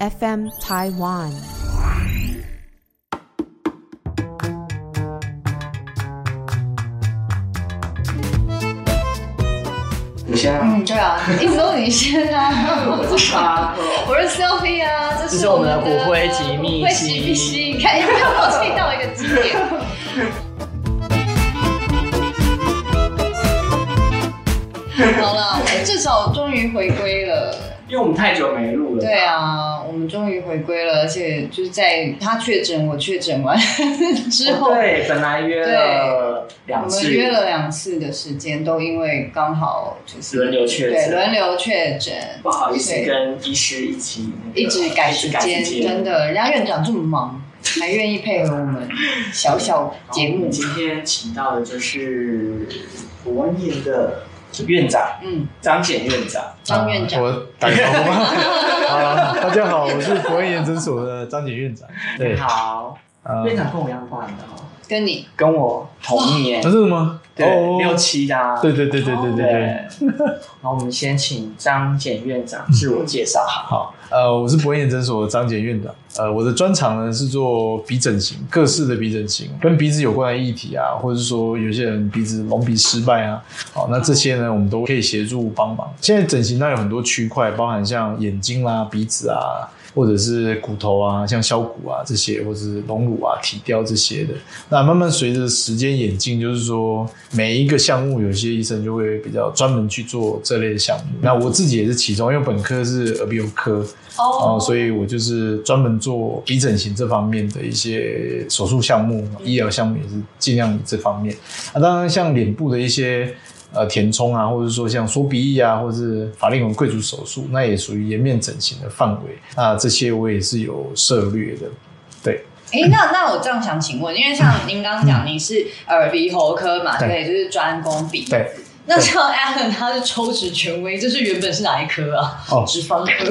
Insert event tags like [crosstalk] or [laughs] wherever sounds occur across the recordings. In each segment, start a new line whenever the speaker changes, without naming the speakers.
FM Taiwan。
你先啊，
嗯，对啊，一直都是你先啊，我不
[laughs] 啊，
我是 Sophie 啊，这
这是
是
我
我
们
们
的
的
骨灰级秘辛
骨灰级秘辛，你看有没有默契到一个极点？好了，我们至少终于回归了。
因为我们太久没录了。
对，啊，我们终于回归了，而且就是在他确诊，我确诊完之后，
哦啊对，本来约了两
我
次，
们约了两次的时间，都因为刚好就是
轮流确
对
诊，
轮流确诊，
不好意思
对
跟医师一起那个
一直改时间，真。的，人家院长这么忙，还愿意配合我们小小节
然后我
目
们。今天请到的就是国文院的院长
嗯，
张显院长。
张院长，
我打个招呼吧。啊，大家好，我是国文研诊所的张景院长。对，
好，
呃
院长跟我一样挂的哦，
跟你
跟我同年
那，是吗？
对，
哦
六。七的啊，
对对对对对对对。
对。然后我们先请张简院长自我介绍好。
好，呃，我是博眼诊所的张简院长。呃，我的专长呢是做鼻整形，各式的鼻整形，跟鼻子有关的议题啊，或者是说有些人鼻子隆鼻失败啊，好，那这些呢我们都可以协助帮忙。现在整形它有很多区块，包含像眼睛啦、鼻子啊，或者是骨头啊，像削骨啊这些，或者是隆乳啊、体雕这些的。那慢慢随着时间演进，就是说每一个项目，有些医生就会比较专门去做这类的项目。那我自己也是其中，因为本科是耳鼻喉科，哦、所以我就是专门做鼻整形这方面的一些手术项目、医疗项目，也是尽量以这方面。啊，当然像脸部的一些呃填充啊，或者说像缩鼻翼啊，或者是法令纹贵族手术，那也属于颜面整形的范围。那这些我也是有涉略的。
哎、那那我这样想请问，因为像您刚刚讲，你是耳鼻喉科嘛，
对
对，就是专攻鼻。
对，
那像 Alan 他是抽脂权威，就是原本是哪一科啊？
哦
脂肪
[laughs]
科。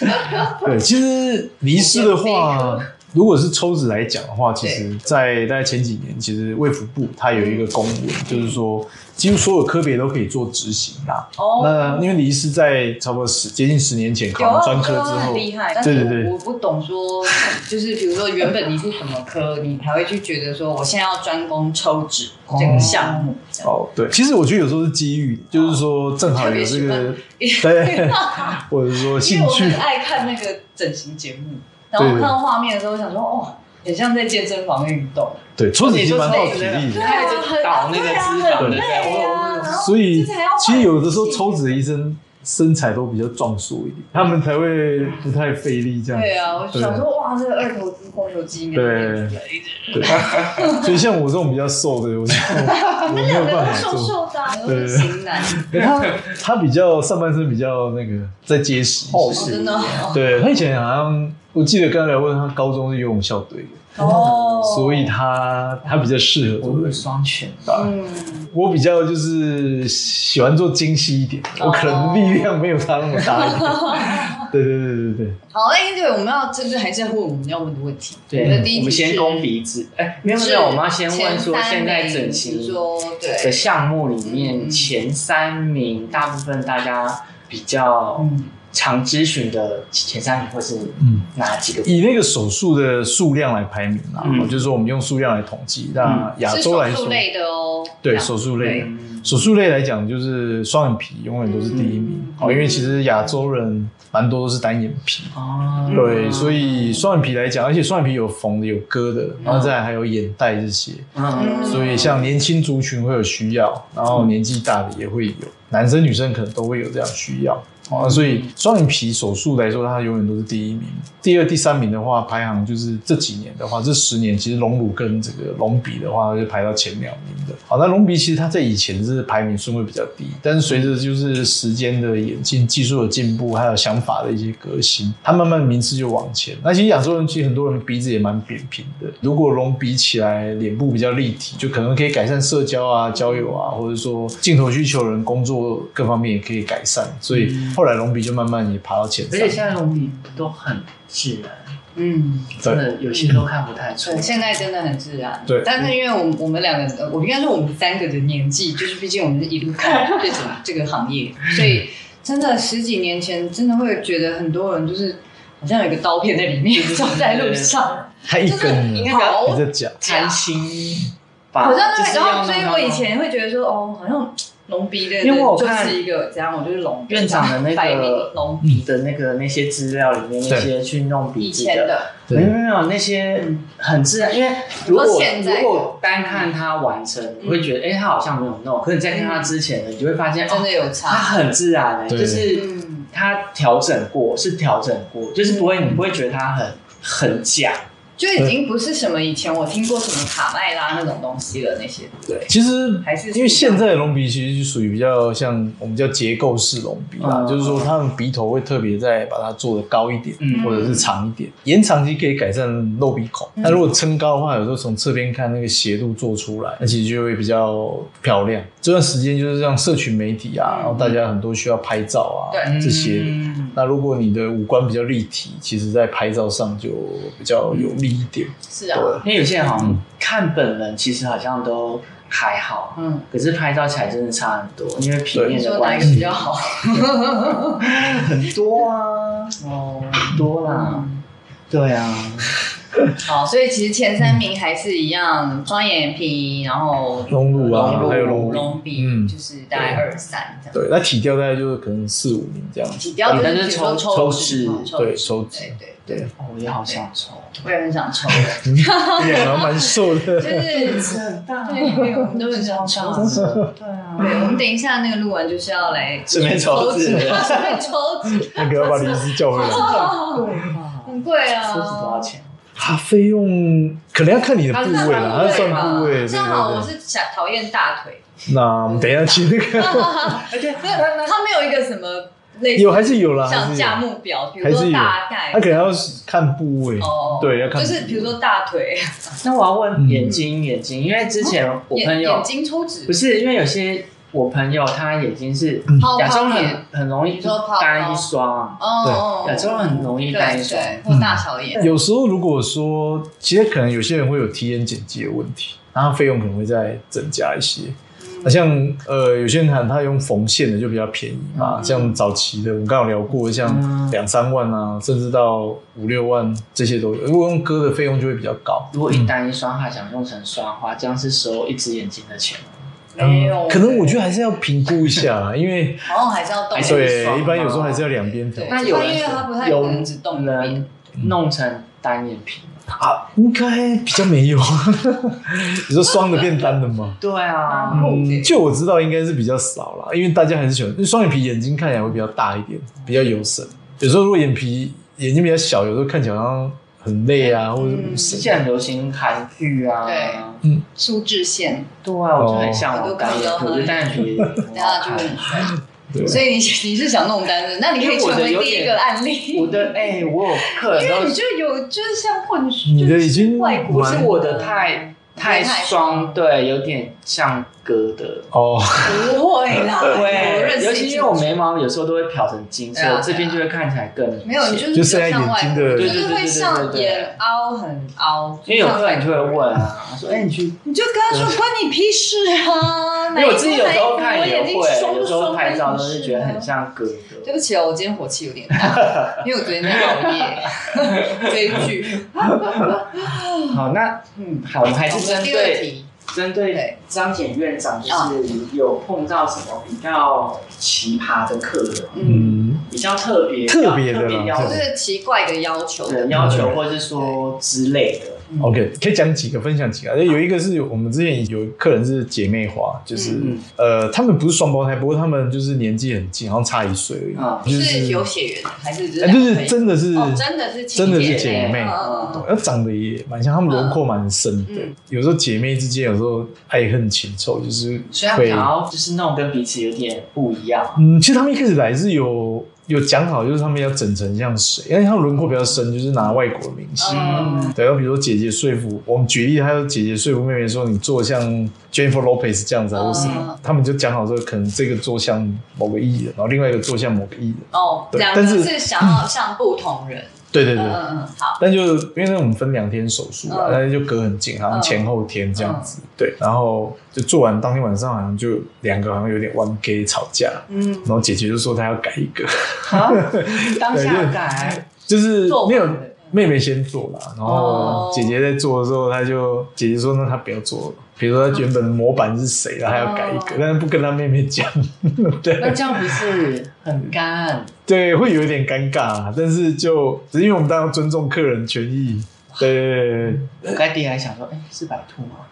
[laughs]
对，其实离失的话，如果是抽脂来讲的话，其实在大概前几年，其实卫福部它有一个公文，就是说几乎所有科别都可以做执行啦、
哦，
那因为李医师在差不多十接近十年前考
有啊，
完专科
我
之
觉得他
后
很，厉害，但
对
是
对对
我我不懂说， [laughs] 就是比如说原本你是什么科，你才会去觉得说我现在要专攻抽脂这个项目。这样
哦对，其实我觉得有时候是机遇，就是
哦
说正好有这个 [laughs] 对，或者说
因为
兴
我
趣
很，爱看那个整形节目，然后我
对
看到画面的时候，我想说，哇，很像在健身房运动，
对，抽脂其实蛮耗体
你
力
说
的，
啊
他一直倒那个脂肪的，
对
对我我
然后
所以
就是还要
其实有的时候抽脂的医生身材都比较壮硕一点，他们才会不太费力这样。
对啊，我就想说，哇，这个二头肌、肱头肌应该是一直
对，所以像我这种比较瘦的，我就 [laughs] 我没有
两个
办
都
法
瘦 [laughs]
做。
瘦的啊，都是型男，哦
他他比较上半身比较那个再结实一些，
厚
哦
实
真的哦
对他以前好像，我记得刚才问他高中是游泳校队的，
哦，
所以他他比较适合做
我
这
有
个。
双拳
嗯，
我比较就是喜欢做精细一点，
哦
我可能力量没有他那么大一点。对对对对对，
好，那对，我们要就是还是要问我们要问的问题，
对，
我们的第一
我
题
们
是
先攻鼻子。哎，没有没
是
有，我们要先问说
前三
现在
名
整
比如
形
说
的
对，
项目里面
嗯
前三名，大部分大家比较
嗯，
常咨询的前三名会是
嗯。
哪几个？
以那个手术的数量来排名啊，
嗯
就是说我们用数量来统计。那亚
是
洲
手
来
术
说，
类的哦，
对
这样
手术类的
嗯对，
手术类来讲，就是双眼皮永远都是第一名
嗯
哦，因为其实亚洲人蛮多都是单眼皮，
哦
嗯
对，所以双眼皮来讲，而且双眼皮有缝的、有割的，然
嗯
后再来还有眼袋这些，
嗯
所以像年轻族群会有需要，然后
嗯
年纪大的也会有，男生女生可能都会有这样需要。哦，所以双眼皮手术来说，它永远都是第一名。第二、第三名的话，排行就是这几年的话，这十年其实隆乳跟这个隆鼻的话，就排到前两名的。好，那隆鼻其实它在以前是排名顺位比较低，但是随着就是时间的演进、技术的进步，还有想法的一些革新，它慢慢名次就往前。那其实亚洲人其实很多人鼻子也蛮扁平的，如果隆鼻起来，脸部比较立体，就可能可以改善社交啊、交友啊，或者说镜头需求人工作各方面也可以改善。所以后来隆鼻就慢慢也爬到前
而
三
且。现在隆鼻都很自然，
嗯。
真的有些都看不太出
对，
来。
现在真的很自然。
对
但
嗯
是因为我们我们两个，呃我应该说我们三个的年纪，就是毕竟我们是一路看这种这个行业，所以真的十几年前真的会觉得很多人就是好像有一个刀片在里面， [laughs] 走在路上，
还一根
就是
呢
应该不要
你在讲，
假
贪心吧，
好像那
就是
个，
要
然后所以
让
我
他
以前会觉得说，哦，好像龙鼻的人
因为我
就
看
是一个怎样，我就是龙鼻
院长的那个
百名龙
你的那个那些资料里面那
对
些去弄笔
以
记
前的，
没有没
对，
有没有，那些很自然，因为如果
你说现在嗯
如果单看他完成，你会觉得哎、他好像没有弄，可是你再看他之前的，你就会发现
真
哦，
的有
他
差，
很自然哎、
对
就是
嗯，
他调整过，是调整过，就是不会你不会觉得他很很假，
就已经不是什么以前我听过什么卡麦拉那种东西了，那些
其实
还是
因为现在的隆鼻其实就属于比较像我们叫结构式隆鼻啦，
嗯
就是说他们鼻头会特别再把它做的高一点，
嗯
或者是长一点，延长期可以改善漏鼻孔。那、如果撑高的话，有时候从侧边看那个斜度做出来，那其实就会比较漂亮。这段时间就是让社群媒体
嗯
啊，然后大家很多需要拍照啊
对
这些的。
嗯
那如果你的五官比较立体，其实在拍照上就比较有利一点。
是啊，
对，
因为有些人好
嗯
像看本人，其实好像都还好，
嗯，
可是拍照起来真的差很多，因为平
你
面
说
的
哪
关
一个比
系
较好？
很多啊，
哦，
很多
嗯
啦，对啊，
嗯好，所以其实前三名还是一样，双眼皮，然后
隆乳啊
隆乳
还有隆鼻
隆鼻，
嗯
就是大概二三这样。
对，那体调大概就是可能四五名这样子。
体雕
但
就是是说
抽抽
抽脂，抽
对抽
脂
脂
对对对，
对， [laughs]
哦我也好想抽，
我也很想抽的，
脸还啊蛮瘦
[laughs]
的。
就是
是很大
对，对我们都很想抽。
对啊，
对，我们等一下那个录完就是要来
顺便抽
抽
脂
脂，顺便抽脂，
那个要把李医师
[laughs]
叫回来。
啊很贵啊，
抽脂多少钱？
啊，费用可能要看你的部位啦，
它
它
是
是
算
算
部
部位。对
这样好，我
对
是想讨厌大腿，
对。那我们等一下去那个，
而且
没有，它没有一个什么类似
[laughs] 有还是有啦，还
像
是有
价。目表，比如
还
说
是有
大概，
他可能要看部位
哦，，
对，要看。
就是比如说大腿、
那我要问眼睛，眼睛，因为之前我
眼
朋友
嗯眼睛抽脂
不，是因为有些我朋友他眼睛是
泡
亚洲
泡
很
眼，
很容易
你说泡
单一啊双，
对嗯
哦，
亚洲很容易单一
对
双，
对，或大小眼，
有时候如果说，其实可能有些人会有体验剪辑的问题，然后费用可能会再增加一些。
嗯
好像呃，有些人喊他用缝线的就比较便宜嘛，像早期的我们刚刚有聊过，
嗯
像两三万啊，甚至到五六万这些都有。如果用割的费用就会比较高，
如果一单一双，他想用成双花，这样是收一只眼睛的钱吗。
没有，
嗯可能我觉得还是要评估一下啦，因为
好像还是要动
[laughs] 还是
对
双，嘛
一般有时候还是要两边调
对，
那
因
有人
为它不太可能只动一边
人，弄成单眼皮吗。
啊，应该比较没有。 [laughs] 你说双的变单的吗？
对啊，
嗯，就我知道应该是比较少啦，因为大家还是喜欢因为双眼皮，眼睛看起来会比较大一点，比较有神。有时候如果眼皮眼睛比较小，有时候看起来好像很累啊，或者无
之
神。
前很流行韩剧啊，
对苏志燮，
对啊，我就很向
哦
往单眼皮，我觉得单眼
[laughs]
皮
大
很好
啊家就
看
会。很帅。
对
所以你你是想弄单的，那你可以成为第一个案例。
我的哎，我有客
因
人
为
都
你就 [laughs] 有就是像混血，
你的已经
外国
不
蛮
是我的太太双，对，有点像割的。
哦，
不会啦，我认识，
尤其因为我眉毛有时候都会漂成金
对啊对
色，
啊
这边就会看起来更明显
没有，你就是
就
比
剩
较
下
像
眼
外
睛
国，
的
人，就是会像眼凹很凹，
因为有客人就会问啊，他说哎你去
你就跟他说关你屁事啊！因
因为我自己有时候看也会，有时候拍照都是觉得很。像哥
对
哥。
不起哦，我今天火气有点大，因为我昨天在熬夜追剧。
好，那
嗯，
好，我们还是
我
针
们第二
对
题，
针
对啊
对
张简院长就是有碰到什么比较奇葩的客人，
嗯，
嗯，
比较特别
特别的啦
特别要
就
求
是奇怪的要求。
人要求，或是说之类的，
OK，可以讲几个，分享几个。哎有一个是我们之前有客人是姐妹花，就是、
嗯
呃，他们不是双胞胎，不过他们就是年纪很近，好像差一岁而已。
啊
就是
有血缘的还是只
哎就是真的是、
哦，真的是
真的是姐妹
嗯嗯
哦
嗯
那长得也蛮像，她们轮廓蛮深的。
嗯
有时候姐妹之间有时候爱恨情仇，就是
所以他们
会
想要就是那种跟彼此有点不一
啊
样。
嗯，其实他们一开始来是有有讲好，就是他们要整成像谁，因为他们轮廓比较深，就是拿外国明星。
嗯
对，然后比如说姐姐说服，我们举例，还有姐姐说服妹妹说你做像 Jennifer Lopez 这样子啊，或什
嗯
么，他们就讲好说，可能这个做像某个艺人，然后另外一个做像某个艺人。
哦，
对
两个
但是
是想要像不同人，
对对
嗯
对。
嗯嗯，好，
但就因为那我们分两天手术
嗯，
啊但是就隔很近，好像前后天这样子。对，然后就做完当天晚上，好像就两个好像有点玩 gay 吵架，
嗯
然后姐姐就说她要改一个，
当
对
下
就
改，
就是
做完
没有
了
妹妹先做啦，然后
哦
姐姐在做的时候，她就姐姐说那她不要做了，比如说她原本的模板是谁，然后她要改一个
哦，
但是不跟她妹妹讲， [laughs]
那
对
这样不是很干？
对，会有一点尴尬啊，但是就只是因为我们当然要尊重客人权益，对对对
[laughs]
对
我该第一来想说，哎，是白兔吗？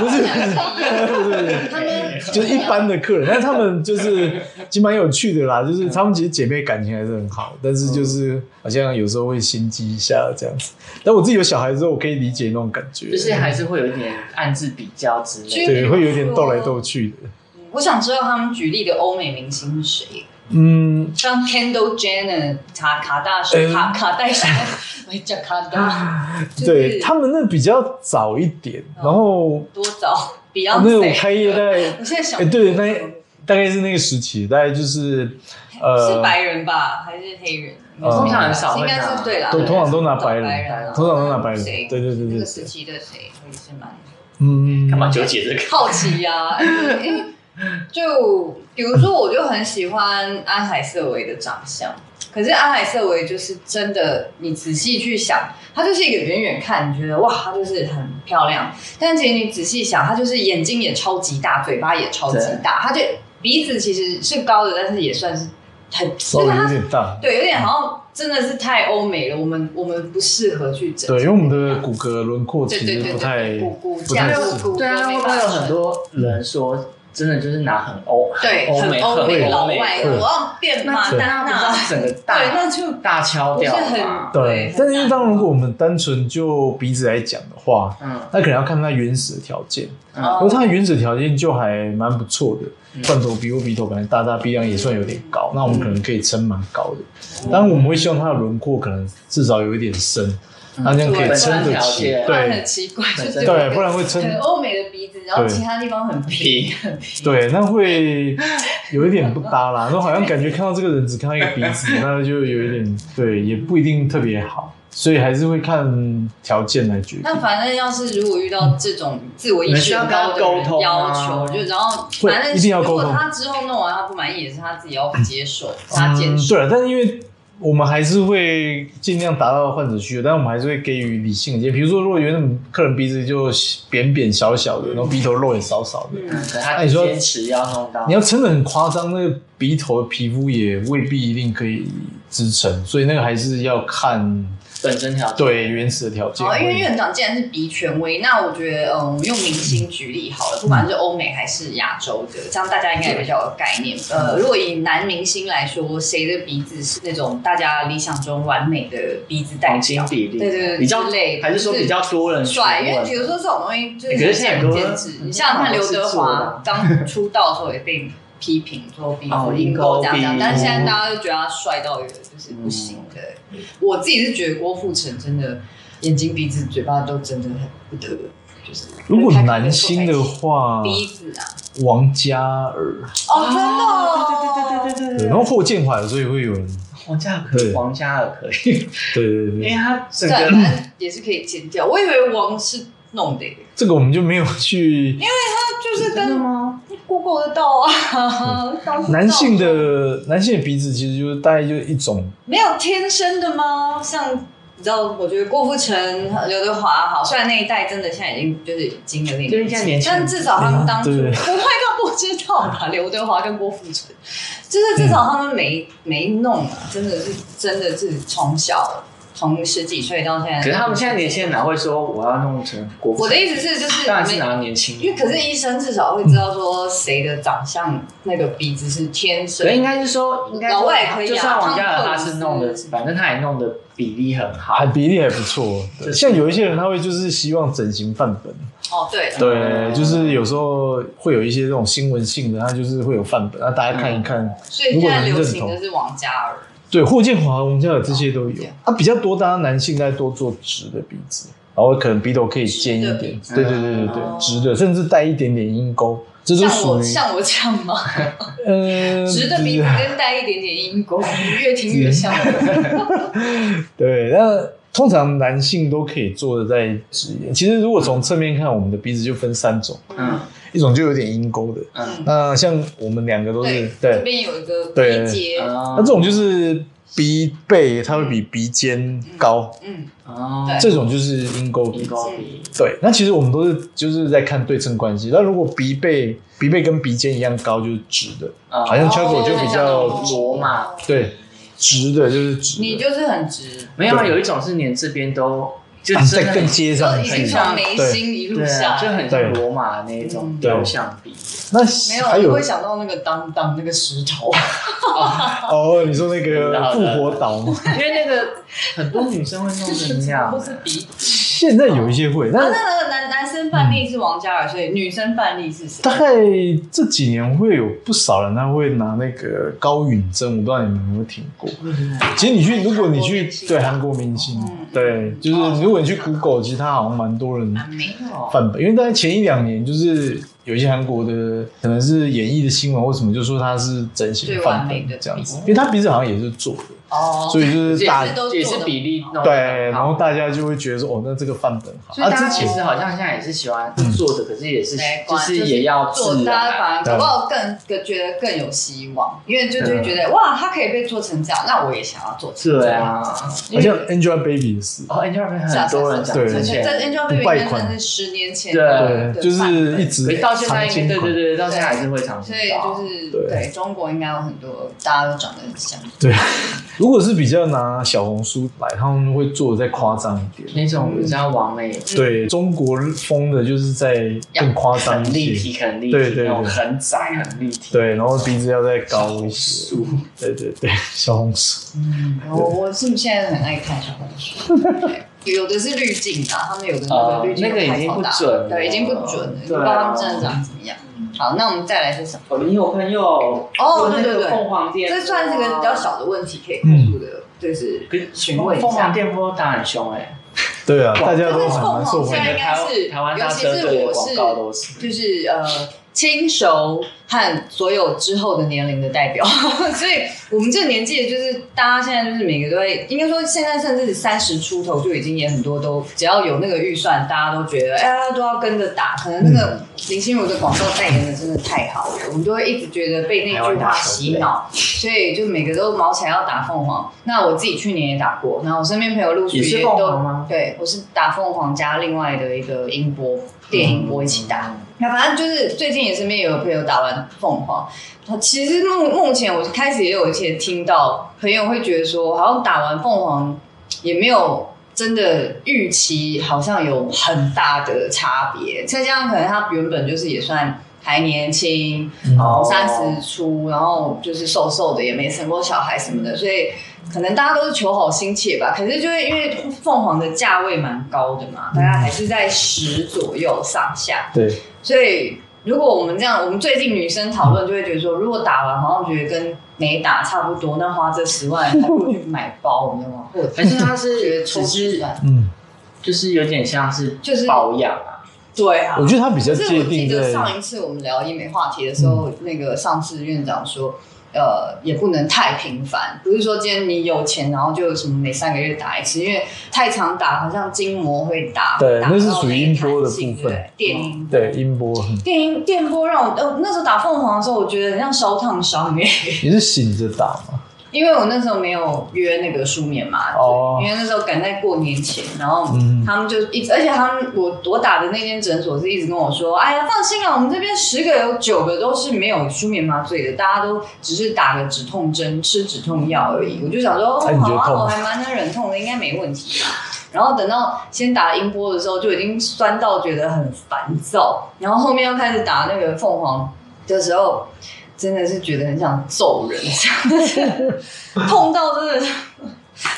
不是不是不是，
他们
就是一般的客人，但是他们就是其实蛮有趣的啦，
嗯
就是他们其实姐妹感情还是很好，但是就是好像有时候会心机一下这样子。但我自己有小孩之后，我可以理解那种感觉，
就是还是会有一点暗自比较之类的。
就比
对，
如
会有点斗来斗去的。
我想知道他们举例的欧美明星是谁，
嗯，
像 Kendall Jenner、卡卡大
嗯
神、卡卡戴珊，我叫卡
啊
大，就是
对他们那比较早一点，然后
多早
那个我
Beyonce，
开业大概，
我现在想
哎，，对，那大概是那个时期，大概就是呃，
是白人吧，还是黑人？
呃
通常很少会
应
拿
该是对啦，
都
对
通常都拿白人
找白人啊，
通常都拿白人
谁
对对对对
那个时期的谁，我也是蛮
嗯，
干嘛纠结这个？
好奇呀、哎就比如说，我就很喜欢安海瑟薇的长相，可是安海瑟薇就是真的，你仔细去想，她就是一个远远看，你觉得哇，她就是很漂亮，但其实你仔细想，她就是眼睛也超级大，嘴巴也超级大，她就鼻子其实是高的，但是也算是
[laughs]
很，
稍
就
微
是
有
她
点大。
对有点好像真的是太欧美了，我们我们不适合去整
对，因为我们的骨骼轮廓其
对对
实
对
不太
对骨骨
不
架
太适合
骨骨
对啊，
都
会
没
不
办
会
法
有很多人说，真的就是拿很欧
对，
欧
很
美
欧
很
美
欧
老
美
外，
对
我要变
那
马
这
丹
样不
娜，
是整个大嗯
对，那就
大敲掉
不是
嘛
很？
对
对，
但是因为当如果我们单纯就鼻子来讲的话，
嗯，
那可能要看它原始的条件。
嗯
哦
不过它的原始条件就还蛮不错的，
嗯
罐头鼻或鼻头本来大大鼻梁也算有点高，那我们可能可以撑蛮高的。当然我们会希望它的轮廓可能至少有一点深，那这样可以撑
本身
得
条
起。
件
不然很
对
奇怪，
对
就是
对，不然会撑
很欧美的鼻子，然后
对
其他地方很平 [laughs] 很平。
对，那会有一点不搭啦。那好像感觉看到这个人只看到一个鼻子，那就有一点对，也不一定特别好，所以还是会看条件来决定。
但反正要是如果遇
嗯
到这种自我意识很高的
你需要跟他沟
人
通
要
啊
求，就然后
会
反正
一定要沟
如
通
果他之后弄完他不满意，也是他自己要接受，他接
嗯
受。
对了，但是因为我们还是会尽量达到患者需求，但我们还是会给予理性的建议。比如说，如果原本客人鼻子就扁扁小小的，然后鼻头肉也少少的，
嗯
嗯，
可他
哎那你说
坚持要弄到
你，要撑得很夸张，那个鼻头的皮肤也未必一定可以支撑，所以那个还是要看
本身条件
对原始的条件。
好，哦因为院长既然是鼻权威，那我觉得，嗯，我们用明星举例好了，不管是欧美还是亚洲的，这样大家应该也比较有概念。呃，如果以男明星来说，谁的鼻子是那种大家理想中完美的鼻子代
黄金
表？
比例，
对对对
比较
之类
还是说
就是
比较多人询
帅，因为
问
比如说这种东西就是
欸可是现在很
很嗯
多
坚持。你想想看，刘德华刚出道的时候也被批评说鼻
哦
子鹰钩这样这样
鹰钩鼻，
但是现在大家都觉得他帅到有就是不行的。我自己是觉得郭富城真的眼睛、鼻子、嘴巴都真的很不得，就是
如果男星的话，
鼻子啊，
王嘉尔，
哦，真的哦，
对对对对对
对
对
然后霍建华有时候也会有人，
皇家可以，
对
皇家尔可以，
对对对
因为他整
对，
个
反正也是可以剪掉。我以为王是弄的耶，
这个我们就没有去。
他就是
真的
跟
吗？
Google 得到啊，当不到
男性的男性的鼻子其实就是大概就是一种
没有天生的吗？像你知道，我觉得郭富城、刘德华好，虽然那一代真的现在已经就是已经有点
就是现在年轻人
但至少他们当初、[laughs]
对
我不会到不知道
[laughs]
吧？刘德华跟郭富城，就是至少他们没、没弄啊，真的是真的是从小从十几岁到现在，
可是他们现在年轻人哪会说我要弄成国父？
我的意思是就是
当然是啊
没
拿年轻
因
人
为，可是医生至少会知道说谁的长相那个鼻子是天生
嗯可应该是说，应该说
老外也可以啊
就算王嘉尔他是弄的
汤姆克鲁，斯
反正他也弄的比例很好
还，比例还不错。对
就是
像有一些人他会就是希望整形范本，
哦对
对，就是有时候会有一些这种新闻性的，他就是会有范本，那大家看一
嗯
看。
所以
如
现
果
在
能
流
认
行的
同，
是王嘉尔。
对霍建华、王嘉尔这些都
这
有
样。
啊，比较多，大家男性在多做直的鼻子，然后可能鼻头可以尖一
直的鼻
点，对对对对
哦
对，直的，甚至带一点点鹰钩，这都
像
属
我
于
像我这
[laughs]
样吗？
嗯呃
直的鼻子跟带一点点英国，越听越像我。
对，那通常男性都可以做的在直一点。其实如果从侧面看，我们的鼻子就分三种，
嗯
一种就有点鹰钩的，
嗯
那像我们两个都是
对，这
对，
边有一个
对
鼻节，
嗯
那这种就是鼻背它会比鼻尖高，
嗯，
哦，
对
这种就是鹰钩鼻
鼻。高鼻，
对，那其实我们都是就是在看对称关系。那如果鼻背鼻背跟鼻尖一样高就是直的，
啊
好像 c h a
哦
c o 就比较
哦罗嘛，
对直的，就是直
你
的，
就是很直，
没有啊，
对
有一种是连这边都就
啊
真
在
的
更接上
已
去
经从眉心一路
对
下
啊，
来，
就很
对
像罗马那一种
嗯
雕像鼻，
那
没
还
有，
有
我会想到那个当当那个石头，
哦，你说那个复活岛吗？
因为那个很多女生会弄成那
[laughs]
样
或，是鼻
现在有一些会，
啊，那
但
那个男男生范例是王嘉尔，所以女生范例是谁？
大概这几年会有不少人他会拿那个高允贞，我不知道你们有没有听过。其实你去，如果你去对韩国明星
嗯，
对，就是如果你去 Google，其实他好像蛮多
啊
人
没有，
范本，因为大概前一两年就是有一些韩国的可能是演艺的新闻或什么，就说他是整形
最
范
完
本
美的
这样子，因为他鼻子好像也是做的，
哦，
所以就是大
也是都做得
也是比例弄得很好
对，然后大家就会觉得说哦，那这个范本好
所以
啊，
大家
之
其
前
实好像现在也是喜欢
嗯
坐着，可是也是
没
就
关
是也要
做，
自
大家
然。啊
反而搞不
嗯
好更更觉得更有希望，因为就就会觉得哇，他可以被做成这样，那我也想要做成这
对
样。
啊，
好像 Angelababy 也是，
哦，Angelababy 很多人讲
对
之前，
在 Angelababy
不败
真
款
的是十年前
对
的
对，呃就是一直
可是到现在应该
常青
对对
款
对，到现在还是会常
所
见
以
到。
就是
对
对中国应该有很多大家都长得很像，
对，如果是比较拿小红书来，他们会做的再夸张一点。
那种比较完美、
对中国风的，就是在更夸张
很
一
立
些。
体、很立
对
体
对
那种，
对
很窄、很立体。
对，然后鼻子要再高一些。对对对， [laughs] 小红书。
嗯我我是不是现在很爱看小红
[laughs]
书？对有的是滤镜的，他们有的那个滤镜
呃那个已
开
经
超
不
大
准了
对，已经不准了，你不
对啊
知道他们真的长怎么样。好，那我们再来是什么？
我们有朋哦友
哦
有那
对对
个
对
凤凰店，
这算是个比较。小的问题，可以
嗯
快速的，就是
跟
询问一
凤凰
下。
电波打很凶哎、
对啊，大
哇
家
但
都
是
很
凤
难受
凰
欢
现在
迎
应。该是，
台湾
尤
大
其
车
是
队的
我
广告都
是
是，
就是呃亲熟和所有之后的年龄的代表， [laughs] 所以我们这个年纪就是大家现在就是每个都会，应该说现在甚至三十出头就已经也很多都，只要有那个预算，大家都觉得哎、大家都要跟着打。可能那
嗯
个林心如的广告代言的真的太好了，我们都会一直觉得被那句话洗脑，所以就每个都毛起来要打凤凰。那我自己去年也打过，然后我身边朋友陆续
也是
都
凤凰吗
对，我是打凤凰加另外的一个音波电音波一起打。那反正就是最近也身边也有朋友打完凤凰，他其实目目前我开始也有一些听到朋友会觉得说，好像打完凤凰也没有真的预期，好像有很大的差别。再加上可能他原本就是也算还年轻，
嗯
哦
三十出，然后就是瘦瘦的，也没生过小孩什么的，所以可能大家都是求好心切吧。可是就会因为凤凰的价位蛮高的
嗯
嘛，大概还是在十左右上下。
对，
所以如果我们这样，我们最近女生讨论就会觉得说，如果打完好像觉得跟没打差不多，那花这十万还不如去买包，你知
[laughs]
道吗？或者
而且它
觉
是
得
只
抽
是
算
嗯，
就是有点像是
就是
保养啊，
对啊
我。觉得他比较
可是
界
我记
定
得
在嗯
上一次我们聊医美话题的时候，那个上次院长说。呃，也不能太频繁，不是说今天你有钱，然后就什么每三个月打一次，因为太常打好像筋膜会打，
对
打
那是
到
属于
没
音波的
弹性
部
对
分
不对电音波
对音波，嗯
电音电波让我，呃，那时候打凤凰的时候，我觉得很像烧烫伤耶，
你是醒着打嘛？
因为我那时候没有约那个舒眠麻醉，
哦
因为那时候赶在过年前，然后
嗯
他们就一直，而且他们我我打的那间诊所是一直跟我说，哎呀，放心啦，我们这边十个有九个都是没有舒眠麻醉的，大家都只是打个止痛针，吃止痛药而已。我就想说，哦，
哎你
好
觉得
啊，
痛吗
我还蛮能忍痛的，应该没问题吧。然后等到先打音波的时候，就已经酸到觉得很烦躁，然后后面又开始打那个凤凰的时候，真的是觉得很想揍人，这样
[laughs]
子痛到真的是。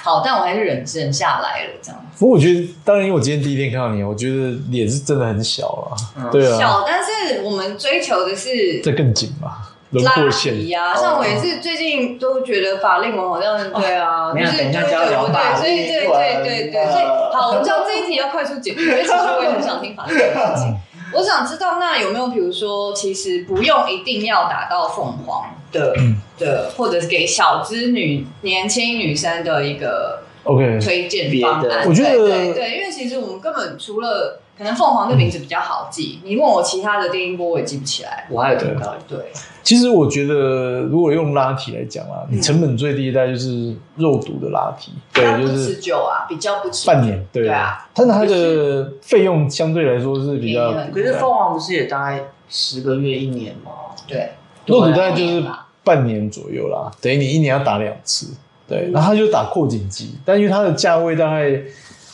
好，但我还是忍忍下来了，这样
不过我觉得，当然，因为我今天第一天看到你，我觉得脸是真的很小啊。
嗯
对啊，
小，但是我们追求的是
这更紧吧，轮
拉
廓线。
皮
哦
呀、像我也是最近都觉得法令纹好像对啊，
哦没
就
有
是
等一下
就
就要
是
聊
我
法
对，所以
令
对对
纹啊
对对，所以好，我们知道这一题要快速解决，因为其实我也很想听法令纹的
[laughs]
事情。我想知道，那有没有比如说，其实不用一定要打到凤凰的
嗯
的，或者是给小资女年轻女生的一个
OK，
推荐方
别
案？
的
我觉得
对对对，因为其其实我们根本除了可能凤凰的名字比较好记，你问我其他的电音波我也记不起来。
我还有投稿，
对，
其实我觉得，如果用拉提来讲啊，你成本最低大概就是肉毒的拉提，
它
对，
不
就
持
是
久啊，比较不持久。
半年，对
对啊，
但是它的费用相对来说是比较
便宜很，
可是凤凰不是也大概十个月一年吗？
对，
肉毒大概就是半年左右啦，等于你一年要打两次，对，然后它就打扩颈肌，但因为它的价位大概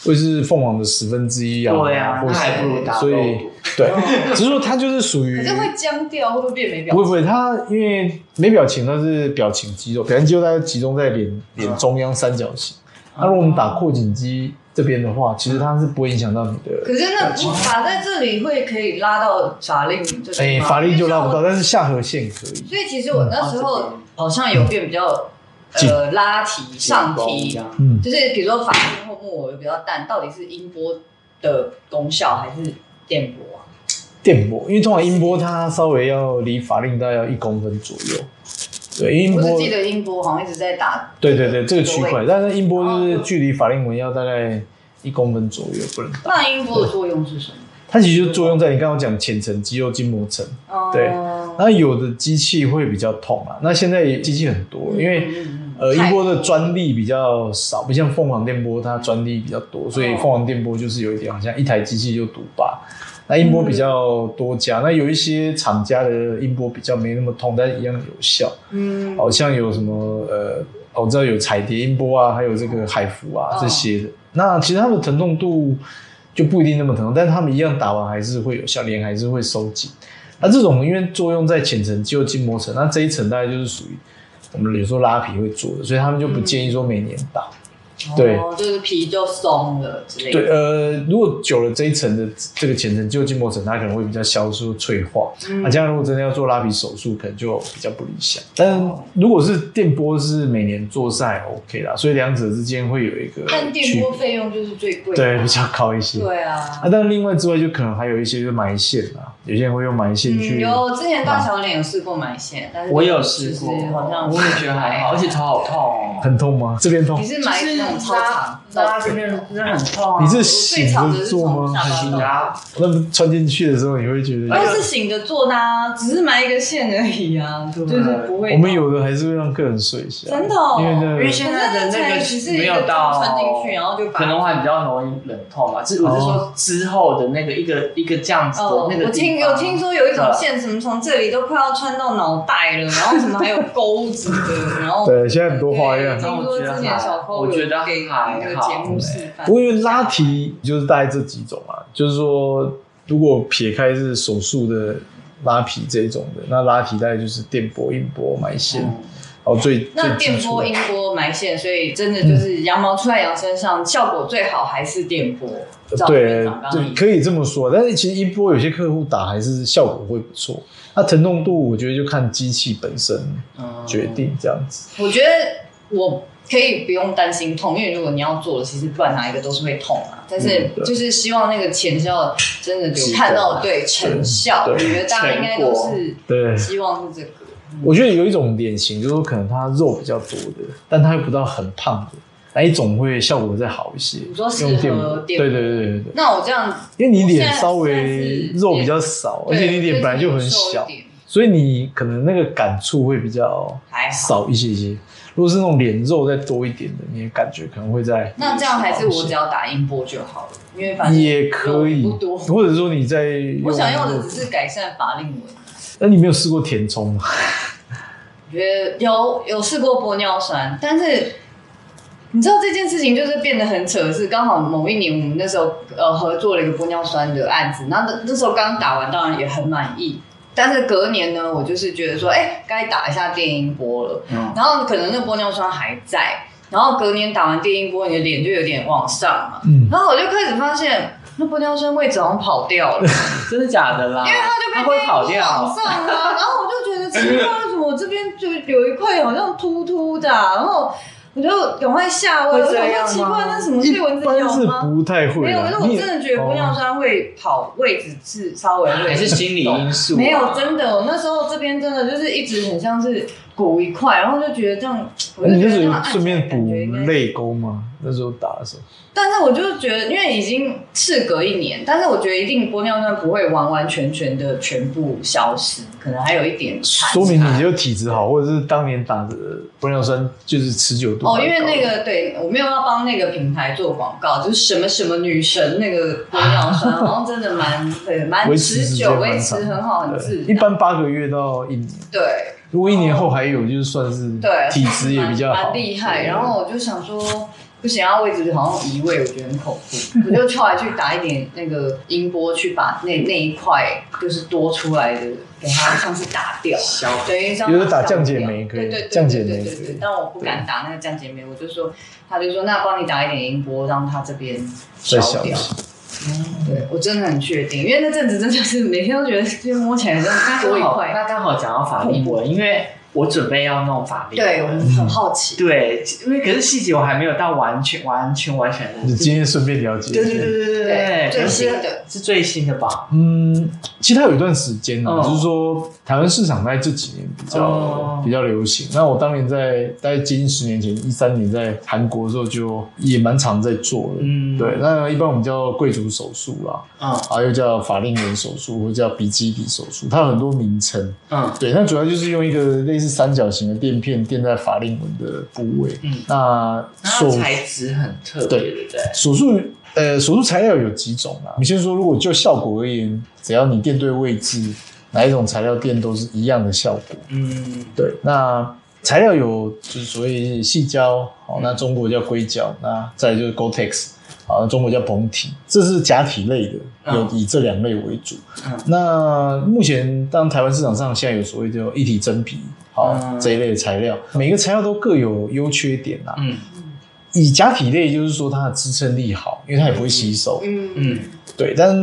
会是凤凰的十分之一啊，
对啊
或
那
是
还不如打
所以
肉毒
对，只是说它就是属于
可是会僵掉，会不会变没表
不会
情？
不会，它因为没表情，它是表情肌肉，表情肌肉它集中在脸
啊
脸中央三角形。那、如果我们打扩颈肌这边的话，其实它是不会影响到你的，
可是那不法在这里会可以拉到法令这
哎、
里吗
法力就拉
因为
不。
像
到，
我
但是下颌线可以。
所以其实我那时
嗯
候
哦这边
好像有变比较呃拉提上
提这
提，
样。
嗯，
就是比如说法令或木耳比较淡，到底是音波的功效还是电波啊？
电波，因为通常音波它稍微要离法令大概要一公分左右。对，因为
我
音
只
波
记得音波好像一直在打。
对对对，这个区块，
位。
但是音波就是距离法令纹要大概一公分左右，不能打。
那音波的作用是什么？
它其实就作用在你刚刚讲浅层肌肉筋膜层。
哦
对那有的机器会比较痛啊，那现在机器很多，因为
嗯嗯嗯
呃，
太
音波的专利比较少，不像凤凰电波它专利比较多，所以
哦
凤凰电波就是有一点好像一台机器就独霸。那音波
嗯
比较多家，那有一些厂家的音波比较没那么痛，但一样有效。
嗯
好像有什么呃，哦我知道有彩蝶音波啊，还有这个海服啊
嗯
这些的。那其实它的疼痛度就不一定那么疼痛，但他们一样打完还是会有效，脸还是会收紧。那这种因为作用在浅层肌肉筋膜层，那这一层大概就是属于我们有时候拉皮会做的，所以他们就不建议说每年打。对
哦就是皮就松了之类的。
对，呃，如果久了这一层的这个浅层肌肉筋膜层，它可能会比较消失脆化。
嗯
啊那、这样如果真的要做拉皮手术，可能就比较不理想。但如果是电波是每年做赛 OK 啦，所以两者之间会有一个
按电
区
波
别
费用就是最贵的
对比较高一些。
对啊
啊，。但另外之外就可能还有一些就是埋线啊，有些人会用埋线去。
嗯，
啊
有之前大小脸有试过埋线，但是
我有试过啊
就是，好像
我也觉得还好，而且头好痛哦。
很痛吗？这边痛
你？是
就
埋
是
那种超长
拉拉这边真的很痛啊。
你是
最
醒
长的
着
是
做
从
吗
下？
很
巴
紧
到。哎
啊，
那么穿进去的时候，你会觉
但
得
是醒着做的啊，只是埋一个线而已啊，就是不会。
我们有的还是会让客人睡一下，
真的哦
因为那
因
个
为现在的那
可
个
是只是一个
没有到
穿进去然后就把
可能还比较容易冷痛吧。这我是说之后的那个一个一个这样子的
哦
那个地方。
我听有听说有一种线，什么从这里都快要穿到脑袋了，然后什么还有钩子的，然后
对现在很多花样啊
对听说之前小抠
我觉
有
得
给
还
那个
好
节目示范，
不过因为拉提就是大概这几种啊，就是说如果撇开是手术的拉皮这一种的，那拉提大概就是电波、音波、埋线，
嗯
然后最
哦那
最
电
基础
波、
的
音波、埋线，所以真的
嗯
就是羊毛出在羊身上，效果最好还是电波。照
呃对
片长刚
对，
刚
可以这么说。但是其实音波有些客户打还是效果会不错，那疼痛度我觉得就看机器本身
嗯
决定这样子。
我觉得我可以不用担心痛，因为如果你要做了，其实不管哪一个都是会痛啊。但是
嗯对啊
就是希望那个前效真的
值
有
得
看到对成效，
对
我觉得大家应该都是
对，
希望是这个。
我觉得有一种脸型，就是说可能它肉比较多的，但它又不到很胖的，那一种会效果会再好一些。
你说适合
用电波，对
电波
对对对对。
那我这样，
因为你脸稍微肉比较少，而且你脸本来就很
对就
小
是瘦一，点
所以你可能那个感触会比较
还好。
少一些些。如果是那种脸肉再多一点的，你的感觉可能会在
那这样还是我只要打音波就好了，因为反正
也可以
肉不，多。
或者说你在
我想要的只是改善法令纹。
那你没有试过填充吗？
我觉得有有试过玻尿酸，但是你知道这件事情就是变得很扯，是刚好某一年我们那时候呃合作了一个玻尿酸的案子，那那那时候刚打完，当然也很满意。但是隔年呢，我就是觉得说，哎、该打一下电音波了。
嗯
然后可能那玻尿酸还在，然后隔年打完电音波，你的脸就有点往上嘛。
嗯，
然后我就开始发现，那玻尿酸位置好像跑掉了。
真的假的啦？因为
他就被
会跑
往
掉。
上啊，然后我就觉得奇怪，为什么我这边就有一块好像凸凸的啊、然后我就赶快下位，
会
我
这
想
样
说
吗
奇怪，那什么
一
是蚊子
般
咬
是
吗？
不太会
没有，
啦。
可是我
你哦
真的觉得玻尿酸会跑位置是稍微
还
会
是心理因素啊？
没有真的，我那时候这边真的就是一直很像是补一块，然后就觉得这样，我就
你
觉得
那时
这样
候
按
顺便
起来感觉应该
补泪沟吗？那时候打的时候，
但是我就觉得，因为已经事隔一年，但是我觉得一定玻尿酸不会完完全全的全部消失，可能还有一点残
说明你就体质好，或者是当年打的玻尿酸就是持久度
哦，
蛮
因为
高的
那个对我没有要帮那个品牌做广告，就是什么什么女神那个玻尿
[laughs]
酸，好像真的蛮对蛮
维持
持
时
久，
间
维
蛮
持
长
很好，很自
对
然。
一般八个月到一年，
对，
如果一年后还有，就是算是
对，
体质也比较
哦蛮
好，
蛮厉害。
对
然后我就想说，不行啊，位置好像移位，我觉得很
[laughs]
恐怖。我就跳来去打一点那个音波，去把那那一块就是多出来的，给它像是打掉。
消
等于像
有的打降解酶可以
对对对
降解酶
对对对
可
对
以。
但我不敢打那个降解酶，我就说，他就说那帮你打一点音波，让它这边消
再小一
掉。
些
对我真的很确定，因为那阵子真的是每天都觉得这边摸起来像多
刚
一
好
块。
那刚好讲到法令纹，因为我准备要弄法令
对，我
纹。
很好奇。
对，因为可是细节我还没有到完全完全完全的。
你今天顺便了解，
对对对，对对
对最
可
新
是
的
是最新的吧？
嗯，其实它有一段时间呢、
哦
嗯
就是说台湾市场在这几年比较、
哦
比较流行。那我当年在大概接近十年前，一三年在韩国的时候就也蛮常在做的。
嗯
对，那一般我们叫贵族手术啦，
嗯
啊又叫法令纹手术，或者叫鼻基底手术，它有很多名称。
嗯
对，那主要就是用一个类似三角形的垫片垫在法令纹的部位。
嗯，
那
然后
手
材质很特别，对不对？
手术呃手术材料有几种啊？你先说，如果就效果而言，只要你垫对位置，哪一种材料垫都是一样的效果。
嗯
对，那材料有就是所谓细胶，好，那中国叫硅胶，那再来就是 Gore-Tex，好，那中国叫膨体，这是假体类的，有
嗯
以这两类为主。
嗯
那目前当台湾市场上现在有所谓叫一体真皮，好、
嗯
这一类的材料，每个材料都各有优缺点啊。
嗯
以假体类就是说它的支撑力好，因为它也不会吸收。
嗯
嗯
对，但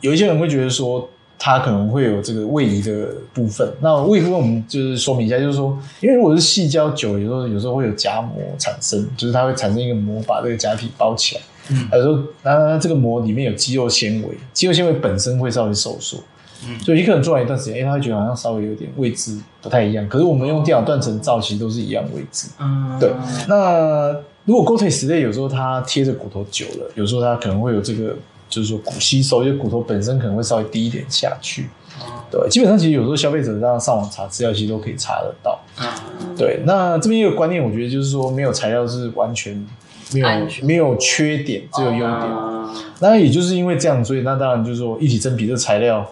有一些人会觉得说，它可能会有这个位移的部分。那位移部分我们就是说明一下，就是说，因为如果是细胶久，有时候有时候会有夹膜产生，就是它会产生一个膜把这个假体包起来。
嗯
有时候那这个膜里面有肌肉纤维，肌肉纤维本身会稍微收缩。
嗯
所以你可能做完一段时间，哎、他会觉得好像稍微有点位置不太一样。可是我们用电脑断层照，其实都是一样位置。
嗯，
对，那如果 Gore-Tex 类有时候它贴着骨头久了，有时候它可能会有这个，就是说骨吸收，就骨头本身可能会稍微低一点下去。
哦
对，基本上其实有时候消费者让上网查资料，其实都可以查得到。
嗯
对，那这边一个观念，我觉得就是说，没有材料是完全没有
安全啊
没有缺点，只有优点。
嗯
那也就是因为这样，所以那当然就是说一体真皮这材料，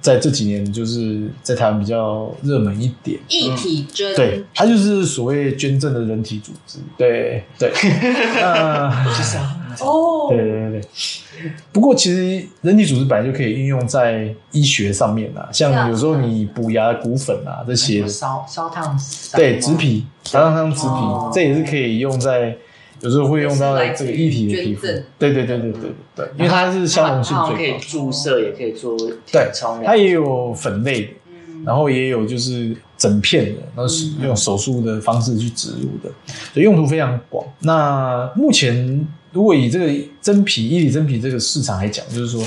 在这几年就是在台湾比较热门一点。
一体针
嗯对，它就是所谓捐赠的人体组织。对对，
[laughs]
那就是
哦
对对对对。不过其实人体组织本来就可以运用在医学上面啦，
是啊
像有时候你补牙、骨粉啊这些
什么，烧烧烫伤
对，
吗
植皮、牙上汤植皮
哦，
这也是可以用在。有时候会用到这个一体的皮肤
捐赠，
对对对对对对，因为它是相容性
它好像可
最
以
高，
注射，也可以做
对
填充，
它也有粉类的，
嗯
然后也有就是整片的，那是用手术的方式去植入的，所以用途非常广。那目前如果以这个真皮伊里真皮这个市场来讲，就是说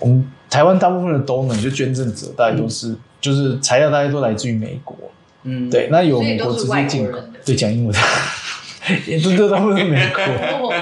我们台湾大部分的 donor 就捐赠者，大概都是、
嗯
就是材料，大概都来自于美国。
嗯，
对，那有
所以
美
都
国
是
直
外
接
国
进口
人的，
对，讲英文 [laughs] 的，也真的大部分是美国。
哦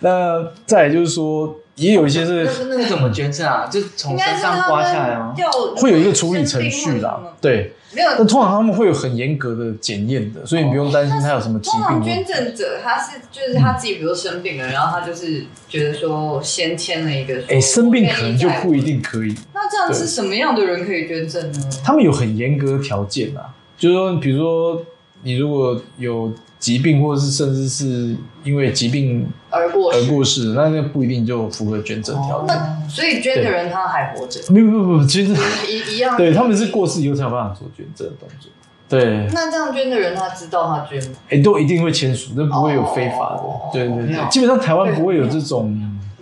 那再来就是说，也有一些
[laughs]
那
是
个那个怎么捐赠啊？就
应
从
该
身
是
上
他
刮下来
们
吗？
要
会有一个处理程序啦，对。
没有，
那通常他们会有很严格的检验的，所以你不用担心他有什么疾
哦通常捐
病。
赠者他是就是他自己，比如生病了，然后他就是觉得说先签了一个说，
哎、生病可能就
我
不
愿意
一定可以，
带。那这样是什么样的人可以捐赠呢？
他们有很严格的条件啊，就是说，比如说你如果有疾病，或者是甚至是因为疾病
而过
而
世，
过世，那就不一定就符合捐赠条件。
那所以捐的人他还活着，
没有没有没有，捐赠，
一一样。
对他们是过世以后才有办法做捐赠的动作。对，
那这样捐的人他知道他捐吗？
哎、都一定会签署，那不会有非法的。
哦
对对
没有嗯
对，基本上台湾不会有这种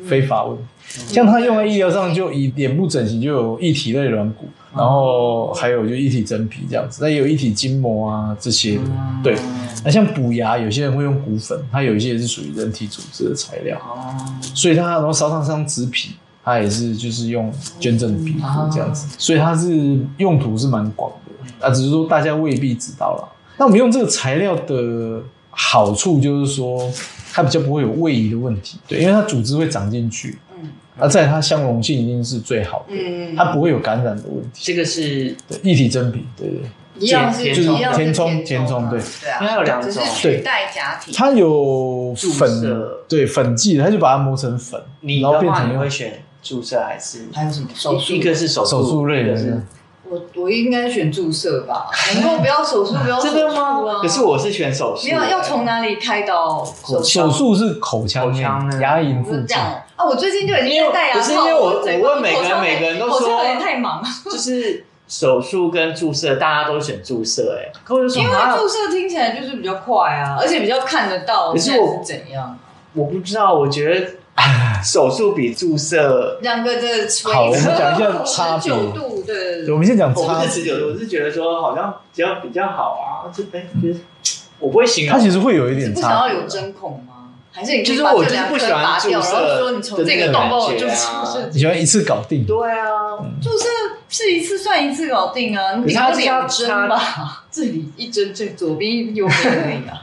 非法问题。像它用在医疗上，就以脸部整形就有一体类软骨，
嗯
然后还有就一体真皮这样子，那也有一体筋膜啊这些的。
嗯
对，那像补牙，有些人会用骨粉，它有一些也是属于人体组织的材料，
哦，
所以它然后烧烫伤植皮。
啊
它也是就是用捐赠的皮肤这样子，所以它是用途是蛮广的。啊，只是说大家未必知道了。那我们用这个材料的好处就是说，它比较不会有位移的问题，对，因为它组织会长进去，
嗯
而在它相容性一定是最好的，
嗯，
它不会有感染的问题。
这个是
对，一体真皮，对对对，
一样是
就是
一样是
填充
填
填充
啊
对
对
因为它
啊，
有两
只是
种，
取代假体，
它有
注
粉
射，
对粉剂，它就把它磨成粉，
你
然后
的
变
话
成
你会选注射还是
还有什么手术
一？个是手
手术类
一
的
个是
我我应该选注射吧，能够不要手术不要手
真
术
的
啊
吗？？可是我是选手术哎
你
的，
要要从哪里开刀手术？
手术是口腔内
口腔内
牙龈
不
附
是这
近，
样啊！我最近就已经在戴牙套，
不是因为我
嘴
我
巴
问每个人
口腔
每个人都
口腔
说啊
有点太忙了，
就是手术跟注射，大家都选注射，哎，可我就说
因为
啊，
注射听起来就是比较快啊，而且比较看得到
可是
现在
我
是怎样。
我不知道，我觉得手术比注射，
两个的垂
好我
直
们讲一下差别
九度，对对
对
对
我，们先讲
我
差
不是持久的，我是觉得说好像比较比较好啊，就哎，就是我不会形
它
容。
其实会有一
你是
点
不想要
差别
有针孔吗？还是你
就是
可以把
我
这
就是
两
不
颗
喜欢
拔掉，
注
然
射
后说你从
的
这
那
个
个
洞帮我
感
注
觉
射
啊，
你喜欢一次搞定，
对啊，
注射是一次算一次搞定啊，
可
你
是它
顶多两
是
针
要 [laughs]
吧？这里一针，这左边一右边而已 [laughs] 啊。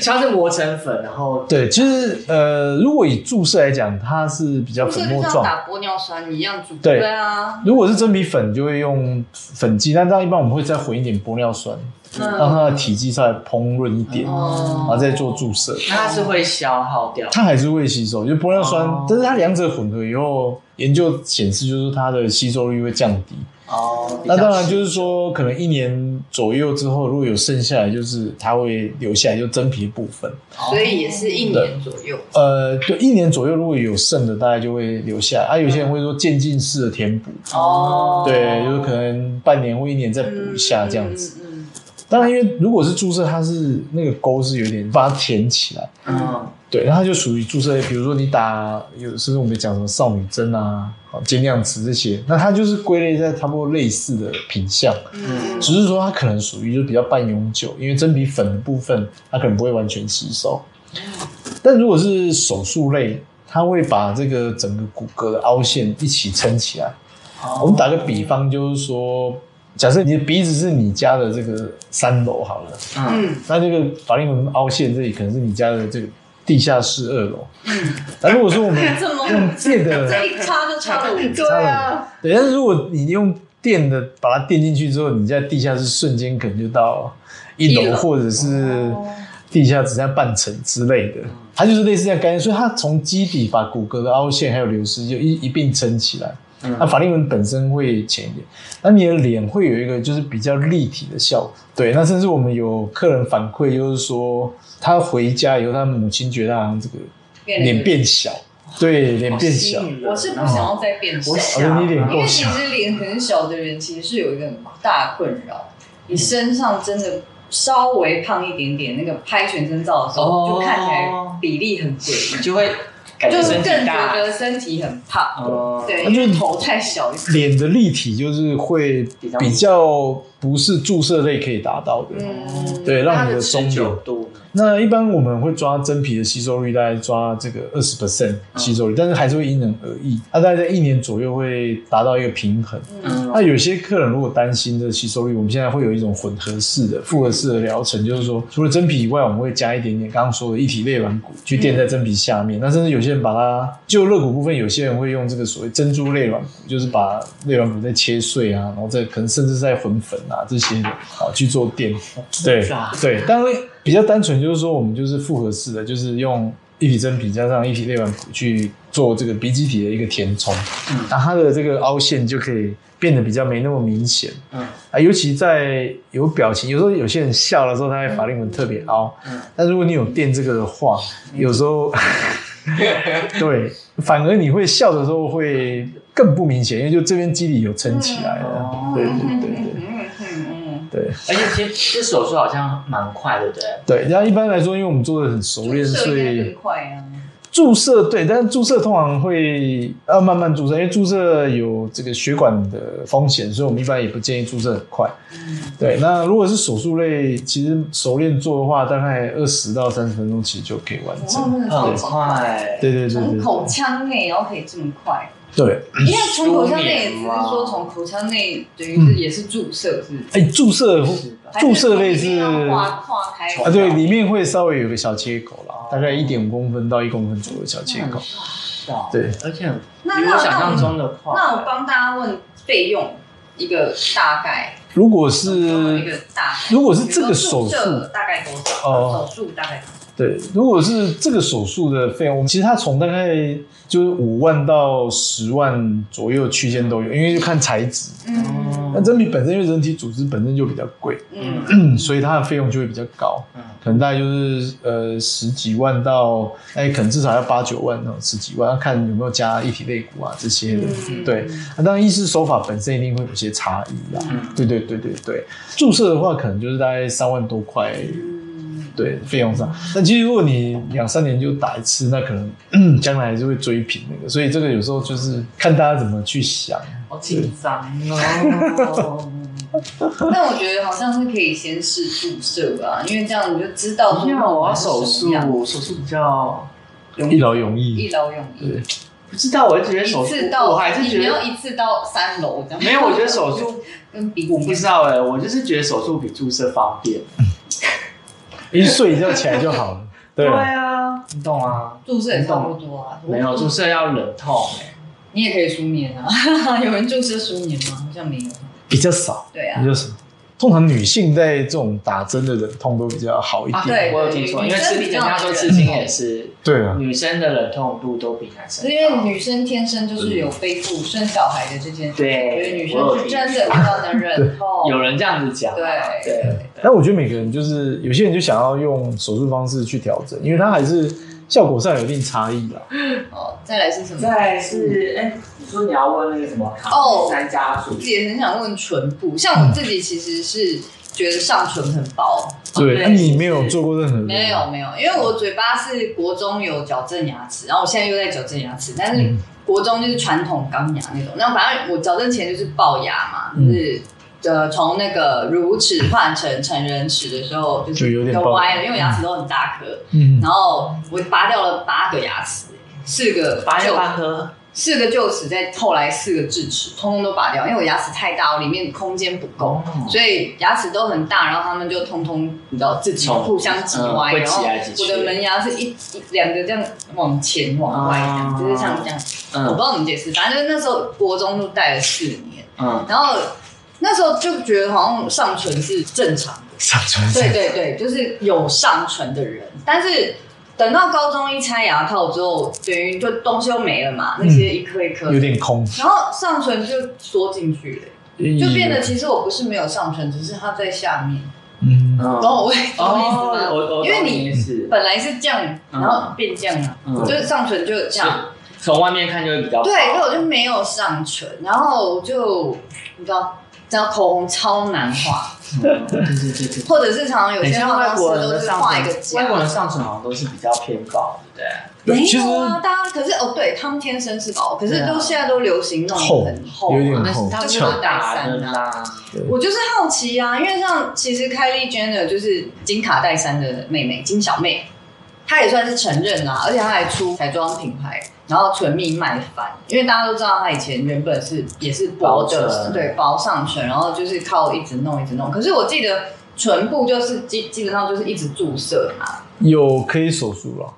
像是磨成粉，然后
对，其实呃，如果以注射来讲，它是比较
注
粉
射就
末
像
状。
打玻尿酸一样注，
对
对啊，
如果是真皮粉，就会用粉剂，但这样一般我们会再混一点玻尿酸，让它的体积稍微烹润一点，
嗯
然
嗯哦
后再做注射。
那它是会消耗掉。
它还是会吸收，就玻尿酸，
哦
但是它两者混合以后，研究显示就是它的吸收率会降低。
哦，
那当然就是说，可能一年左右之后，如果有剩下来，就是它会留下来，就真皮部分。
哦所以也是一年左右。
呃，对，一年左右如果有剩的，大概就会留下来。啊，有些人会说渐进式的填补，
哦
对，就是可能半年或一年再补一下这样
嗯。
子。
嗯嗯
当然，因为如果是注射，它是那个沟是有点把它填起来，
嗯，
对，那它就属于注射类，比如说你打有，甚至我们讲什么少女针啊、好减量池这些，那它就是归类在差不多类似的品相，
嗯
只是说它可能属于就比较半永久，因为真皮粉的部分它可能不会完全吸收。但如果是手术类，它会把这个整个骨骼的凹陷一起撑起来。我们打个比方，就是说，假设你的鼻子是你家的这个三楼好了，
嗯，
嗯
那这个法令纹凹陷这里可能是你家的这个地下室二楼。那如果说我们
嗯 [laughs] 这么
用电的，
这一插就插了五针，
[laughs] 对啊，对，但是如果你用电的把它电进去之后，你在地下室瞬间可能就到一
一
楼
楼
或者是地下只剩下半层之类的，它就是类似这样概念，所以它从基底把骨骼的凹陷还有流失就一一并撑起来。
嗯
那法令纹本身会浅一点，那你的脸会有一个就是比较立体的效果。对，那甚至我们有客人反馈，就是说他回家以后，他母亲觉得他好像这个脸变小，对，脸变小。
哦
嗯
我是不想要再变小
我，
而且你脸
因
够
为其
小，
实脸很小的人其实是有一个很大的困
嗯
扰，你身上真的稍微胖一点点，那个拍全身照的时候、
哦
就看起来比例很诡
就会感
异，就
觉
是
身体
更觉
大。
得身体很胖，
哦，
对，
那
因
就是
为头太小一点。
脸的立体就是会比较不是注射类可以达到的。
嗯，
对，让
它
你
的
的
持
中
久
脸。
度呢？
那一般我们会抓真皮的吸收率，大概抓这个二十 percent 吸
嗯
收率，但是还是会因人而异。它大概在一年左右会达到一个平衡。
嗯
那有些客人如果担心这个吸收率，我们现在会有一种混合式的、复合式的疗程，就是说除了真皮以外，我们会加一点点刚刚说的一体类软骨去垫在真皮下面。那甚至有些人把它就肋骨部分，有些人会用这个所谓珍珠类软骨，就是把肋软骨再切碎啊，然后再可能甚至再混粉啊这些的啊去做垫。对
是啊
对，但会比较单纯，就是说我们就是复合式的，就是用一体真皮加上一体类软骨去做这个鼻基体的一个填充。
嗯
那它的这个凹陷就可以变得比较没那么明显
嗯
啊，尤其在有表情，有时候有些人笑的时候，他会法令纹特别凹。
嗯
但如果你有垫这个的话，有时候对，反而你会笑的时候会更不明显，因为就这边肌理有撑起来了。
哦
对对对
嗯嗯嗯
对对
而且其实这手术好像蛮快的，对不对？
对，然后一般来说，因为我们做的很熟
嗯，
练，
射
所
应该
以
更快啊。
注射对，但是注射通常会要慢慢注射，因为注射有这个血管的风险，所以我们一般也不建议注射很快。
嗯
对，那如果是手术类，其实熟练做的话，大概二十到三十分钟其实就可以完
我
成。
忘了
很
超级快，
快，
对对对
从
对，
口腔内然后可以这么快，
对，
因为从口腔内也只是说从口腔内等
嗯
于是也是注射，是不是？
哎，注射
是吧
注射类似
还是要划划开
啊，对，里面会稍微有个小切口啦，大概一点五公分到一公分左右的小切口。
嗯
小，
对，
而且
那
比
那
我想象中的快。
那我帮大家问费用一个大概，
如果
一个
是
大概，
如果是这个
手
手术
术大概多少？
哦
手术大概多少
对，如果是这个手术的费用，其实它从大概就是五万到十万左右区间都有，因为就看材质。
嗯
哦
那真皮本身因为人体组织本身就比较贵，
嗯
所以它的费用就会比较高，
嗯
可能大概就是呃十几万到哎、可能至少要八九万那种十几万，要看有没有加一体肋骨啊这些的。
嗯 [laughs]
对，那当然医师手法本身一定会有些差异啦。
嗯
对对对对对，注射的话可能就是大概三万多块，
嗯，
对费用上。但其实如果你两三年就打一次，那可能 [clears throat] 将来还是会追平那个。所以这个有时候就是看大家怎么去想。
好紧张哦。
但我觉得好像是可以先试注射吧，因为这样你就知道说
因为我要啊手
是什么样
术，手术比较
一劳永逸
一，劳永逸，
对
不知道，我就觉得
一
手术
次，到
我还是
你不
觉
要
得
一次到三楼这样。
没有，我觉得手术
[laughs] 跟鼻
我不知道哎，我就是觉得手术比注射方便。
一睡一觉起来就
[laughs]
好了。对啊
啊，你懂啊？
注射也差不多啊，
没有注射要忍痛哎，
你也可以舒眠啊， [laughs] 有人注射舒眠吗？好像没有。
比较少，
对啊
嗯
比，较少。通常女性在这种打针的忍痛都比较好一
啊
点，
对
我有听说，
对
因为吃
女生比
人
较
家说
忍
吃惊也是
对
嗯
啊，
女生的忍痛度都比男生
是因为女生天生就是有背负生小孩的这件事，
对
所以女生是真的比较能忍痛
高。有人这样子讲啊，
对
对，
但我觉得每个人就是有些人就想要用手术方式去调整，因为它还是效果上有一定差异啦。
哦，再来是什么？
再来是哎，你说你要问那个什么卡
哦
三家属
我自己也很想问唇部，像我自己其实是觉得上唇很薄，
对，
对
那你没有做过任何的
没有没有，因为我嘴巴是国中有矫正牙齿，然后我现在又在矫正牙齿，但是
嗯
国中就是传统钢牙那种。那反正我矫正前就是龅牙嘛，
嗯
就是、呃从那个乳齿换成成人齿的时候，就
就是有点龅
歪了，因为我牙齿都很大颗。
嗯，
然后我拔掉了八个牙齿，四个
拔
臼
牙拔河，
四个臼齿，再后来四个智齿，通通都拔掉，因为我牙齿太大，我里面空间不够，
哦
所以牙齿都很大，然后他们就通通你知道自己
从
互相挤
嗯
歪，
会
然后
挤来挤去
我的门牙是一一两个这样往前往外，这样、
哦
就是像这样，我不
嗯
知道怎么解释，反正就是那时候国中就戴了四年，
嗯，
然后那时候就觉得好像上唇是正常的。
上传
嗯
对对对，就是有上唇的人，但是等到高中一拆牙套之后，等于就东西都没了嘛，那些一颗一颗的，
有点空，
然后上唇就缩进去了，就变得
嗯
其实我不是没有上唇，只是它在下面，
嗯，
嗯
懂我意
哦，
思吗？
我我
因为你
是
本来是这样，然后变这样了，
嗯
就是上唇就这样，
从外面看就会比较嗯
对，所以我就没有上唇，然后我就你知道，然后口红超难画，
嗯对对对对。
或者是常常有
很
些
像
化
外
妆师
国人
都
的
是
上
画一个
唇，外国人
夹
的上唇好像都是比较偏薄，对
没
其实
有啊，大家可是哦，对他们天生是薄，可是
啊
都现在都流行弄
厚
得很厚
有
不对？
啊。
点
但是
厚
他们
就是是
打的啦，
我就是好奇啊，因为像其实凯莉 Jenner 就是金卡戴珊的妹妹金小妹，她也算是承认啦、而且她还出彩妆品牌，然后唇蜜卖翻，因为大家都知道她以前原本是也是薄
薄
的，
唇
对，薄上唇，然后就是靠一直弄一直弄。可是我记得唇部就是基基本上就是一直注射嘛，
有可以手术了。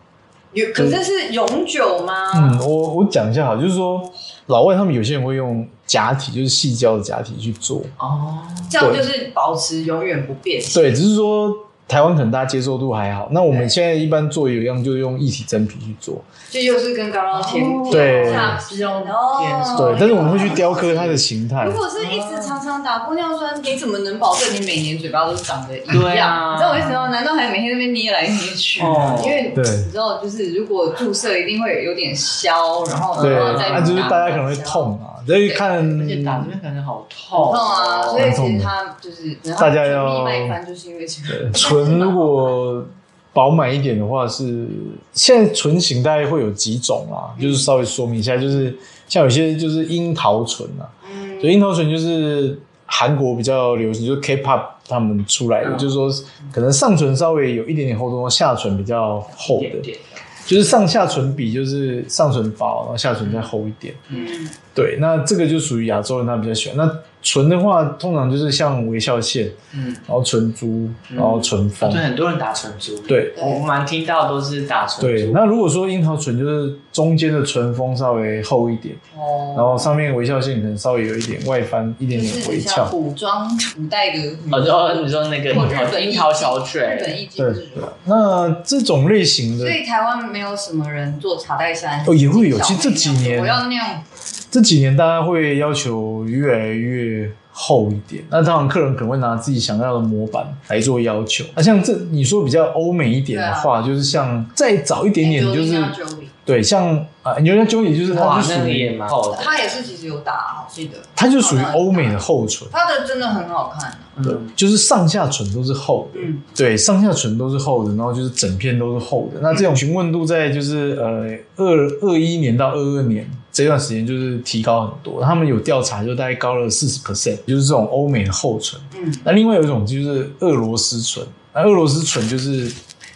有可是是永久吗？
嗯，我我讲一下哈，就是说老外他们有些人会用假体，就是细胶的假体去做，
哦，
这样就是保持永远不变形。
对，只是说台湾可能大家接受度还好。那我们现在一般做有一样就是用一体真皮去做，
这又是跟刚刚填
哦
对
下
是用
哦
填
对，但是我们会去雕刻它的形态
如。果是一直常常打玻尿酸，你怎么能保证你每年嘴巴都长得一样？
对啊
你知道我意思吗？难道还每天在那边捏来捏去吗？
哦
因为
对
你知道，就是如果注射一定会有点消，然后
对，啊
然后再打
那、就是大家可能会痛啊，所以看
而且打这边感觉好痛
痛
哦
啊，所以其实他就是然后
大家要
唇蜜卖翻，就是因为这个
对唇如果饱满一点的话是，现在唇型大概会有几种啊，就是稍微说明一下，就是像有些就是樱桃唇啊，
[laughs] 嗯
所以樱桃唇就是韩国比较流行，就是 K-pop 他们出来的，
嗯
就是说可能上唇稍微有一点点厚度，下唇比较厚
一
的
点。点
就是上下唇比就是上唇薄，然后下唇再厚一点。
嗯，
对，那这个就属于亚洲人他比较喜欢。那唇的话，通常就是像微笑线，
嗯，
然后唇珠，然后唇峰。
对，很多人打唇珠，，
对
我蛮听到都是打唇
对，
珠，
那如果说樱桃唇就是中间的唇峰稍微厚一点，
哦，
然后上面微笑线可能稍微有一点外翻，一点
就
点
是
微
很像
翘。
古装古代的女
哦，就你说那个
或
樱
日
桃
本
樱桃
艺妓
小
日
嘴，
本一经
对对，那这种类型的
所以台湾没有什么人做茶带山
哦也会有
小妹
其实这几年
我要那样，
这几年大家会要求越来越厚一点，那当然客人可能会拿自己想要的模板来做要求。那像这你说比较欧美一点的话，就是像再早一
哎
点点，就是
Angelina Jolie
对，像啊，你觉得 j o 就是它
哇，
是
那
属
个也
于
蛮厚的，
她也是其实有打，我记得
它就属于欧美的厚唇，
她的真的很好看啊
对
嗯，
就是上下唇都是厚的，
嗯
对，上下唇都是厚的，然后就是整片都是厚的。那这种询问度在就是呃二二一年到二二年这段时间就是提高很多，他们有调查就大概高了四十 percent，就是这种欧美的厚唇。
嗯
那另外有一种就是俄罗斯唇，那俄罗斯唇就是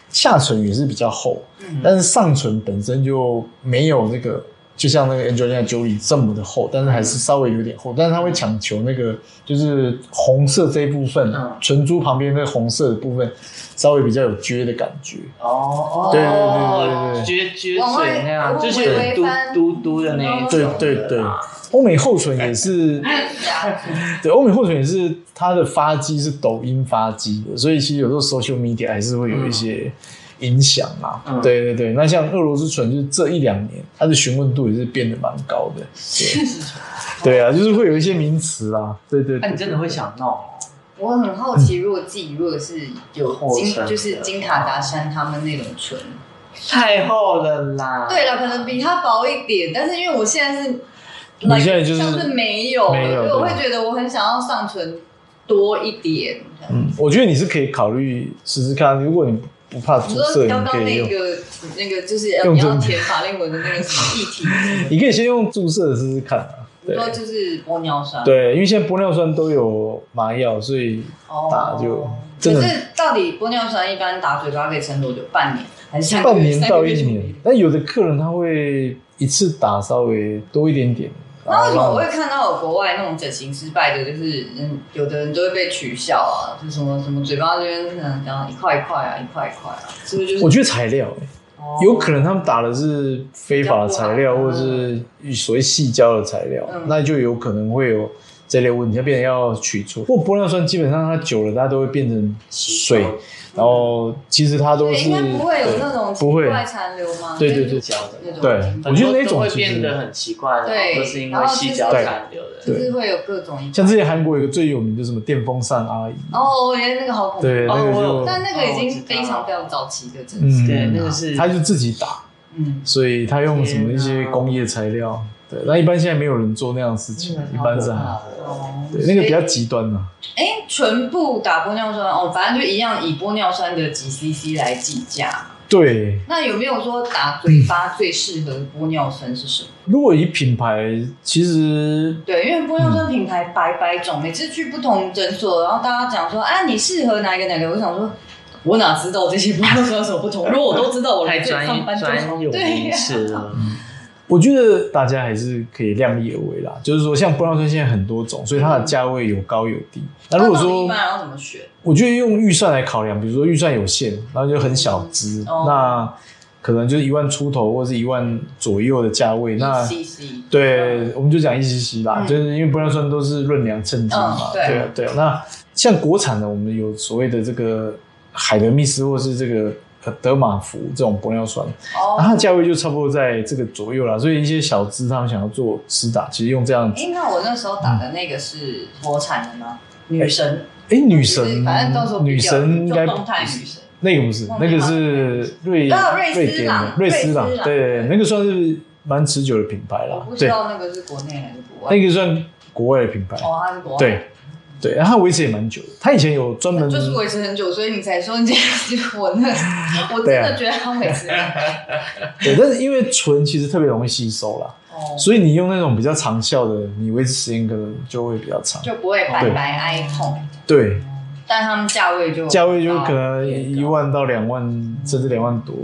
下唇也是比较厚，
嗯
但是上唇本身就没有那个，就像那个 Angelina Jolie 这么的厚，但是还
嗯
是稍微有点厚，但是它会强求那个就是红色这一部分，
嗯
唇珠旁边那个红色的部分稍微比较有撅的感觉。
哦，
对对对对对
撅撅
往外
嘴那样，
往
就
外
是嘟
翻嗯
嘟嘟的那一种
对
的
对对
啦，
欧美厚唇也是，
[laughs] 呀
对，欧美厚唇也是它的发肌是抖音发肌的，所以其实有时候 social media 还是会有一些影响啊。
嗯
对对对，那像俄罗斯唇就是这一两年它的询问度也是变得蛮高的。对 [laughs] 对啊，就是会有一些名词啦。对对
啊
那
对，
你真的会想弄？
我很好奇，如果自己如果是有
后生
金，
的
就是金卡达山他们那种唇，
太厚了啦！
对了，可能比它薄一点，但是因为我现在是，
你现在就是
像是没有，
没
所
有
以我
对
会觉得我很想要上唇多一点。
嗯，我觉得你是可以考虑试试看，如果你不怕
你
涂色，
说
你
刚刚
可以
那
用。
个那个就是
用
你要
这
填法令纹的那个什么议题，
你可以先用注射的试试看啊。
你
[laughs] 对
说就是玻尿酸，
对，因为现在玻尿酸都有麻药，所以
哦，
打就真
可
的
是到底玻尿酸一般打嘴巴可以撑多久？半年还是三个月
半年到一
三个月就
年。但有的客人他会一次打稍微多一点点。啊
那为什么我
然后
会看到有国外那种整形失败的，就是嗯，有的人都会被取笑啊，就什么什么嘴巴这边可能讲一块一块啊，一块一块啊，是不是就是哦
我觉得材料、欸有可能他们打的是非法的材料，
比较不
或
好
是所谓细胶的材料，
嗯
那就有可能会有这类问题，它变成要取出。不过玻尿酸基本上它久了，它都会变成水，然后其实它都
嗯对，
是
应该不会有
对
那种
不会
奇怪残留吗？
对对对
胶的，
那种
对我
很
觉得
多
那
都
种
会
其
变得
实
很奇怪的，
对
都是因
然
为
后
细
就是
胶
对
残留的。
就是会有各种一
像之前韩国有一个最有名的什么电风扇阿姨，
哦，我觉得那个好恐怖，
对那个
哦我
就
有
但那个已
哦我知
经
道
非常非常早期的整形，
嗯，
对那个是
他就自己打，
嗯，
所以他用什么一些
天啊
工业材料，对，那一般现在没有人做那样的事情，一般是啊韩
哦，
对那个比较
所以
极端啊嘛、
哎，唇部打玻尿酸哦，反正就一样以玻尿酸的几 CC 来计价。
对，
那有没有说打嘴巴最适合的玻尿酸是什么？
如果以品牌，其实
对，因为玻尿酸品牌百百种，每次去不同诊所，然后大家讲说，啊，你适合哪一个哪一个？我想说，我哪知道这些玻尿酸有什么不同？如果我都知道，我来
太
这
专
里
[laughs]
上班就
专
好。
有
对
名
呀、
词了，
我觉得大家还是可以量力而为啦。就是说，像玻尿酸现在很多种，所以它的价位有高有低。那如
那到底
果
一
说
般然后怎么选？
我觉得用预算来考量，比如说预算有限，然后就很小资，
哦
那可能就是一万出头或是一万左右的价位。那
CC
对，我们就讲一七七啦，
嗯
就是因为玻尿酸都是润粮趁机嘛，
嗯对
对啊对啊。那像国产的，我们有所谓的这个海德密斯或是这个呃德玛芙这种玻尿酸，那它
哦，
的价位就差不多在这个左右啦。所以一些小资他们想要做施打，其实用这样子，
哎，那我那时候打的那个是国产的吗？女神，
哎，女
就是
神，
反正到时候比
女
较
神应该
就动态女神。
那个不是，
忘记
那个
了
是瑞
啊瑞斯
典
朗
的瑞斯朗
瑞斯，朗
对，那个算是蛮持久的品牌
我
啦
不，知
对，
道那个是国内还是国外。
那个算国外的品牌，
哦，它是国外。
对，对，然后它维持也蛮久的。它以前有专门
就是维持很久，所以你才说你这样子。我
[laughs]
那我真的觉得他维持很
啊
久。
对，但是因为醇其实特别容易吸收啦，
哦，
所以你用那种比较长效的，你维持时间可能就会比较长。
就不会白白挨痛。
对，
但他们价位就啊
价位就可能
比较
一万到两万，甚至两万多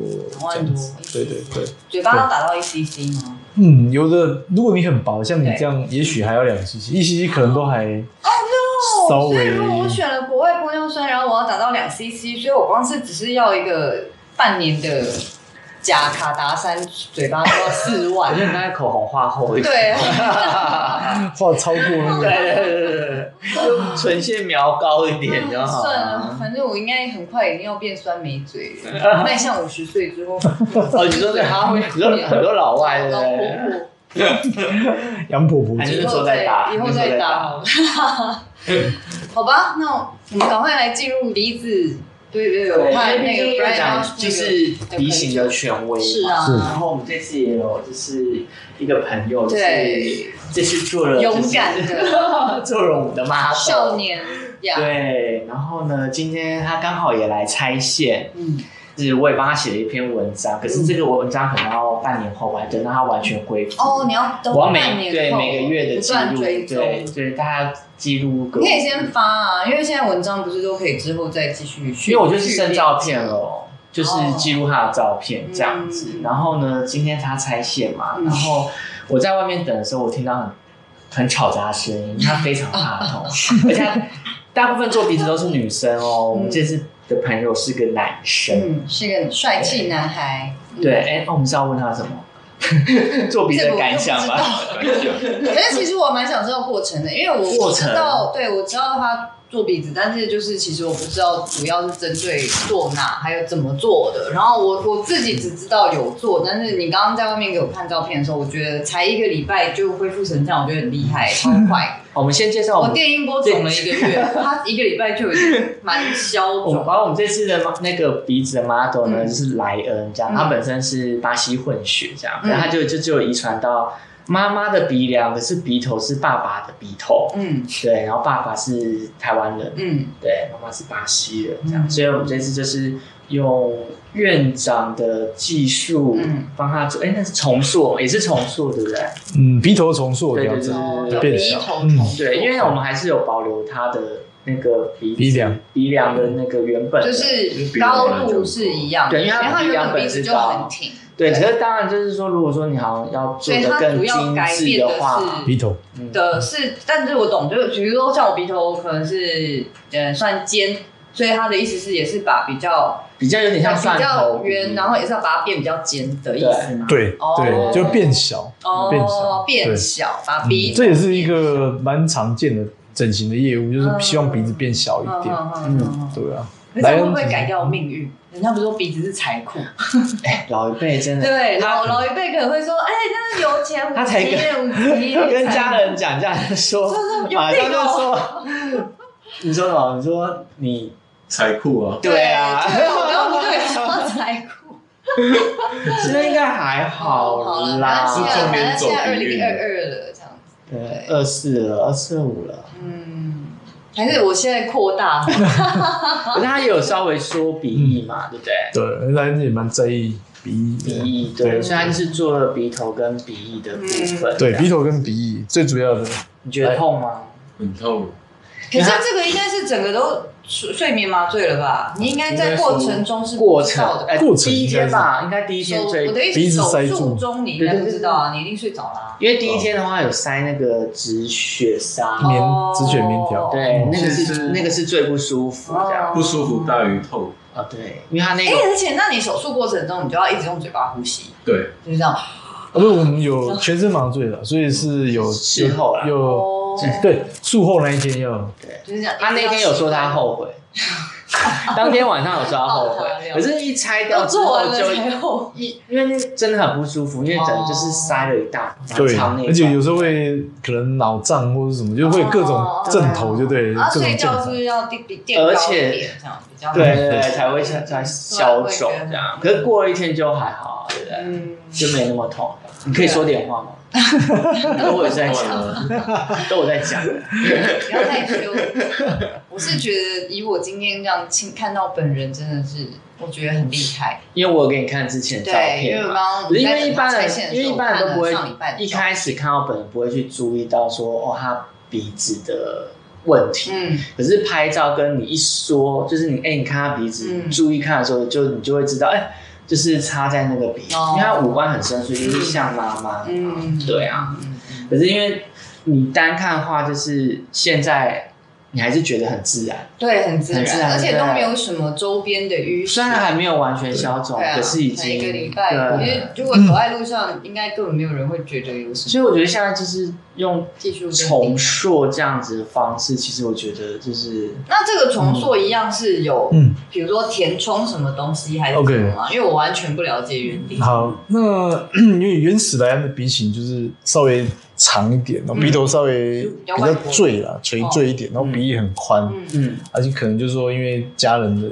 这样子
嗯两万多。
对对对，
嘴巴要打到一 cc 吗？
嗯，有的如果你很薄，像你
对
这样，也许还要两 cc，一 cc 可能都还
哦、no！
稍微
哦所以如果我选了国外玻尿酸，然后我要打到两 cc，所以我光是只是要一个半年的假卡达山嘴巴就要四
我
万
觉，
[laughs]
得你刚才口红画厚一点。
[laughs]
对，
话超过那个。
对对对对对，就唇线描高一点就
啊
好
算了，
了。
反正我应该很快已经要变酸梅嘴
[laughs]
了，迈向五十岁之后，
哦，你说对，他会很多很多老外对不
老婆
对？
婆
杨婆婆
还
这
是
以
那时
后
候再打
以后再打好了。好吧，那我们赶快来进入离子。对对对，我
[laughs] 对，因
怕
为
那
毕
个
竟院
b r i a
长就是鼻型的权威嘛，
是啊
是
然后我们这次也有就是一个朋友，就是
对
这次做了就是
勇敢的
[laughs] 做了我们的妈
少。年呀，
对，然后呢，今天他刚好也来拆线，
嗯，
就是我也帮他写了一篇文章，可是这个文章可能要半年后吧，等到他完全恢复。
哦，你要等
我要
半
每
年
对
后
每个月的
不
记
断
录，
追踪。
对对，大家记录个。
你可以先发啊，因为现在文章不是都可以之后再继续去，
因为我就是剩照片了，就是
哦
记录他的照片这样子。
嗯
然后呢，今天他拆线嘛，
嗯
然后我在外面等的时候，我听到很很吵杂的声
[laughs]
音，他非常怕
哦
痛， [laughs] 而且他大部分做鼻子都是女生哦。我们这次的朋友是个男生，
嗯，是个帅气男孩，嗯
对，，哎，那我们是要问他什么？ [laughs] 做鼻子的感想吧。
可是其实我蛮想知道过程的，因为我
过
我
程
知道，对我知道他做鼻子，但是就是其实我不知道主要是针对做哪，还有怎么做的。然后我我自己只知道有做，但是你刚刚在外面给我看照片的时候，我觉得才一个礼拜就恢复成这样，我觉得很厉害，
[laughs]
超快。
[laughs] 我们先介绍我
我
们，
电音波肿了一个月，他一个礼拜就已经蛮消
我 [laughs] 们
肿。
哦把我们这次的那个鼻子的 model 呢，
嗯
就是莱恩这样，
嗯
他本身是巴西混血这样，
嗯
可是他就就就有遗传到妈妈的鼻梁，可是鼻头是爸爸的鼻头，
嗯
对，然后爸爸是台湾人，
嗯，
对，妈妈是巴西人这样，
嗯
所以我们这次就是用院长的技术
嗯
帮他做，哎、那是重塑，也是重塑，对不对？
嗯，鼻头重塑
对
调
对
整，
哦
对
有
变
鼻
小
头
嗯
重塑
对，因为我们还是有保留他的那个鼻子
鼻梁
鼻梁的那个原本的
就是高度是一样的，
对因为它
然后它原本鼻子就很挺，
对，可是当然就是说，如果说你好像要
所
做
以
的
它
更
主要
精
改
致
变的
话，
是
鼻头
嗯
的是，但是我懂，就是比如说像我鼻头可能是呃算尖，所以他的意思是也是把比较
比较有点像蒜
比
头嗯
较圆，然后也是要把它变比较尖的意思嘛。
对
哦
对，就变小，变
哦
小，
变
对
小，把
嗯
鼻
这也是一个蛮常见的整形的业务，就是希望鼻子变小一点。
嗯嗯嗯嗯，
对啊，
可是这样会不
莱
会
恩
改掉命运？人家不是说鼻子是财库，
哎老一辈真的，
对，
嗯他
老老一辈可能会说，哎，那有钱无
他才
极无
[laughs]
极，
跟家人讲，家人说
就是，有
马上
病
就
哦
说，你说什么？你说你
财库啊，
对啊，
对
[laughs]
我刚刚不对说财库。
其实应该还
好
好
了，
啦
反，正现在
重点
反正现在
走
二
音
零
乐
二二了，这样子，
对，二四了，二四五了，
嗯，还是我现在扩大，
可是他也有稍微缩鼻翼嘛，对
嗯
不对？
对，莱恩也蛮在意鼻翼
鼻
的。
翼对，
对
所以他就是做了鼻头跟鼻翼的部
嗯
分。
对，鼻头跟鼻翼最主要的，
你觉得痛吗？
很痛，
可是这个应该是整个都睡睡眠麻醉了吧？你应该在过程中是
过
不知
程
道，的
哎，
吧。
过程
第一
应该是
天吧，应该第一天
手
最
我的意
鼻
思，
子
手
塞
术
住
中你应该不知道啊，你一定睡着啦。
因为第一天的话有塞那个止血砂，
棉
哦
止血棉条
对，那个
是
是
是
那个是最不舒服这样
哦
不舒服大于痛，
啊，对，因为它那
哎，
个
而且那你手术过程中，你就要一直用嘴巴呼吸，
对，
就是这样。
啊，不是我们有全身麻醉的，所以是有
事后啦
有有
哦，
对术后那一天要
就是这样。
他那天有说他后悔，当天晚上有说他后悔
哦好好，聊
可是一拆掉
都
之
做
后
完
就
了才后，
一因为真的很不舒服，因为整
哦
就是塞了一大
对，
肠内，
而且有时候会可能脑胀或者什么，就会有各种症头，就对了，
哦啊，
各种
睡
症
觉是
头
不。是要垫垫高
而
一
且
点，这样比较好
对对对才会才才消肿这样，可是过了一天就还好啊，对不对？
嗯，
就没那么痛。你可以说点话吗？都我在 [laughs] 讲，都我在讲。
不要害羞。 [laughs] 我是觉得以我今天这样亲看到本人，真的是我觉得很厉害。
因为我有给你看之前的照
对，因
片
为我
嘛，
刚
可
刚
是因为一般
在
人
拆线，的
因为
时候
一般人都不
看了上礼拜
会
的
一
照片
开始看到本人不会去注意到说哦，他鼻子的问题。
嗯，
可是拍照跟你一说，就是你哎、你看他鼻子，
嗯
注意看的时候，就你就会知道，哎、就是插在那个鼻子，
哦
因为他五官很深邃，就是像妈妈。
嗯
对啊。可是因为你单看的话，就是现在你还是觉得很自然，
对，很自然，
很自然
而且
对啊
都没有什么周边的淤
虽
血。
然还没有完全消肿，
对啊，
可是已经
每个礼拜，因
对。嗯
为如果走在路上，应该根本没有人会觉得有什
所
么
以我觉得现在就是用
技术跟
重塑这样子的方式，其实我觉得就是
那这个重塑一样是有，
嗯
比如说填充什么东西还是什
OK
么吗？因为我完全不了解原理。
好，那 [clears throat] 因为原始莱安的鼻型就是稍微长一点，然后鼻头稍微
嗯
比较坠啦，垂坠一点，然后鼻翼很宽，
嗯
嗯
而且可能就是说因为家人的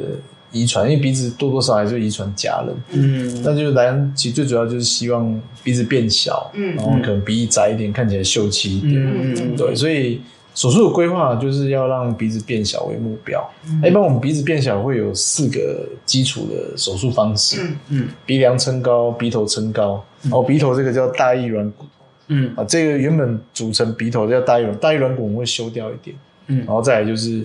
遗传，因为鼻子多多少少还是会遗传家人。
嗯
那就是莱安其实最主要就是希望鼻子变小，
嗯
然后可能鼻翼窄一点，看起来秀气一点。
嗯嗯
对，所以手术的规划就是要让鼻子变小为目标。
嗯
一般我们鼻子变小会有四个基础的手术方式：
嗯
嗯
鼻梁撑高、鼻头撑高。哦，鼻头这个叫大翼软骨
嗯
啊，这个原本组成鼻头叫大翼软，大翼软骨我们会修掉一点，
嗯
然后再来就是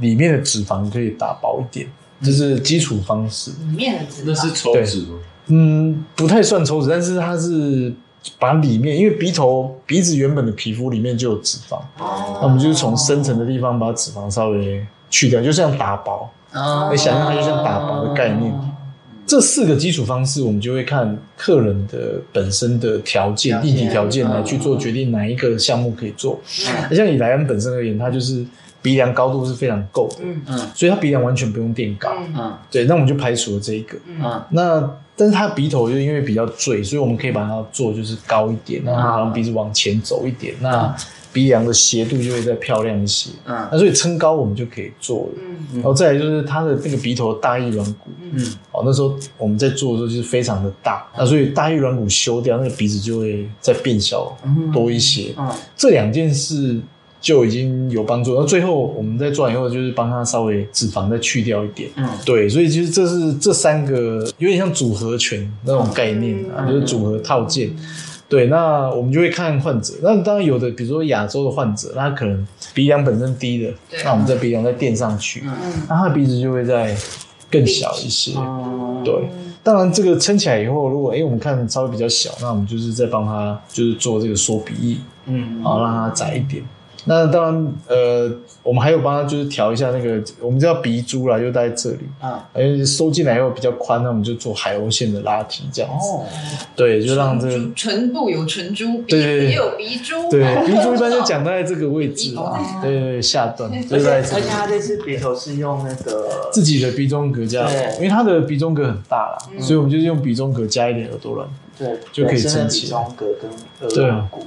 里面的脂肪可以打薄一点，这是基础方式。
里面的脂
那是
肪，
抽脂吗？
嗯，不太算抽脂，但是它是把里面，因为鼻头鼻子原本的皮肤里面就有脂肪，
哦
那我们就是从深层的地方把脂肪稍微去掉，就像打薄，
哦
你想象它就像打薄的概念。这四个基础方式，我们就会看客人的本身的条件
条、件
异体条件来
嗯
去做决定哪一个项目可以做。
嗯
那像以莱恩本身而言，他就是鼻梁高度是非常够的，
嗯
嗯
所以他鼻梁完全不用垫高。
嗯
嗯
对，那我们就排除了这一个。
嗯
那但是它鼻头就因为比较坠，所以我们可以把它做就是高一点，那它好像鼻子往前走一点，那鼻梁的斜度就会再漂亮一些。
嗯
那所以撑高我们就可以做了。
嗯
然后再来就是它的那个鼻头的大翼软骨，
嗯
哦，那时候我们在做的时候就是非常的大，那所以大翼软骨修掉，那个鼻子就会再变小多一些。
嗯
这两件事就已经有帮助。然后最后我们在做完以后，就是帮它稍微脂肪再去掉一点。
嗯
对，所以其实这是这三个有点像组合拳那种概念啊，
嗯
就是组合套件。对，那我们就会看患者。那当然有的，比如说亚洲的患者，那他可能鼻梁本身低的
对，
那我们在鼻梁再垫上去，
嗯
嗯
那他的鼻子就会再更小一些。
嗯
对，当然这个撑起来以后，如果哎、诶我们看稍微比较小，那我们就是再帮他就是做这个缩鼻翼，
嗯
好让它窄一点。那当然，呃，我们还有帮他就是调一下那个，我们叫鼻珠啦，就在这里，
啊
因为哎收进来以后比较宽，那我们就做海鸥线的拉提这样子，
哦
对，就让这个
唇唇部有唇珠，鼻
对
子
对对
也有鼻珠，
对鼻珠一般就讲在这个位置啦，对对对，下段
而
就
且
在
而
这里
且他这次鼻头是用那个
自己的鼻中隔加，
对
因为它的鼻中隔很大啦，
嗯
所以我们就是用鼻中隔加一点耳朵软
对
就可以
本身的
撑起
鼻
来
中隔跟额
对啊
骨，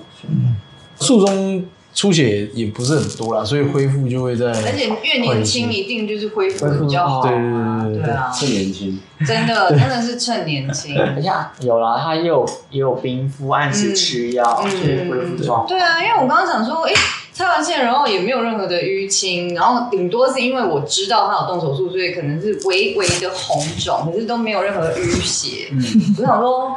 术中出血也不是很多啦，所以恢复就会在
[laughs] 而且越年轻一定就是恢复的比较好，
对对对对
对啊，
趁年轻，
真的真的是趁年轻，
等一下有啦，他也有也有冰敷，按时吃药，
嗯
就是恢复状态。
对啊，因为我刚刚想说，哎、拆完线，然后也没有任何的淤青，然后顶多是因为我知道他有动手术，所以可能是微微的红肿，可是都没有任何淤血。
嗯，
我想说，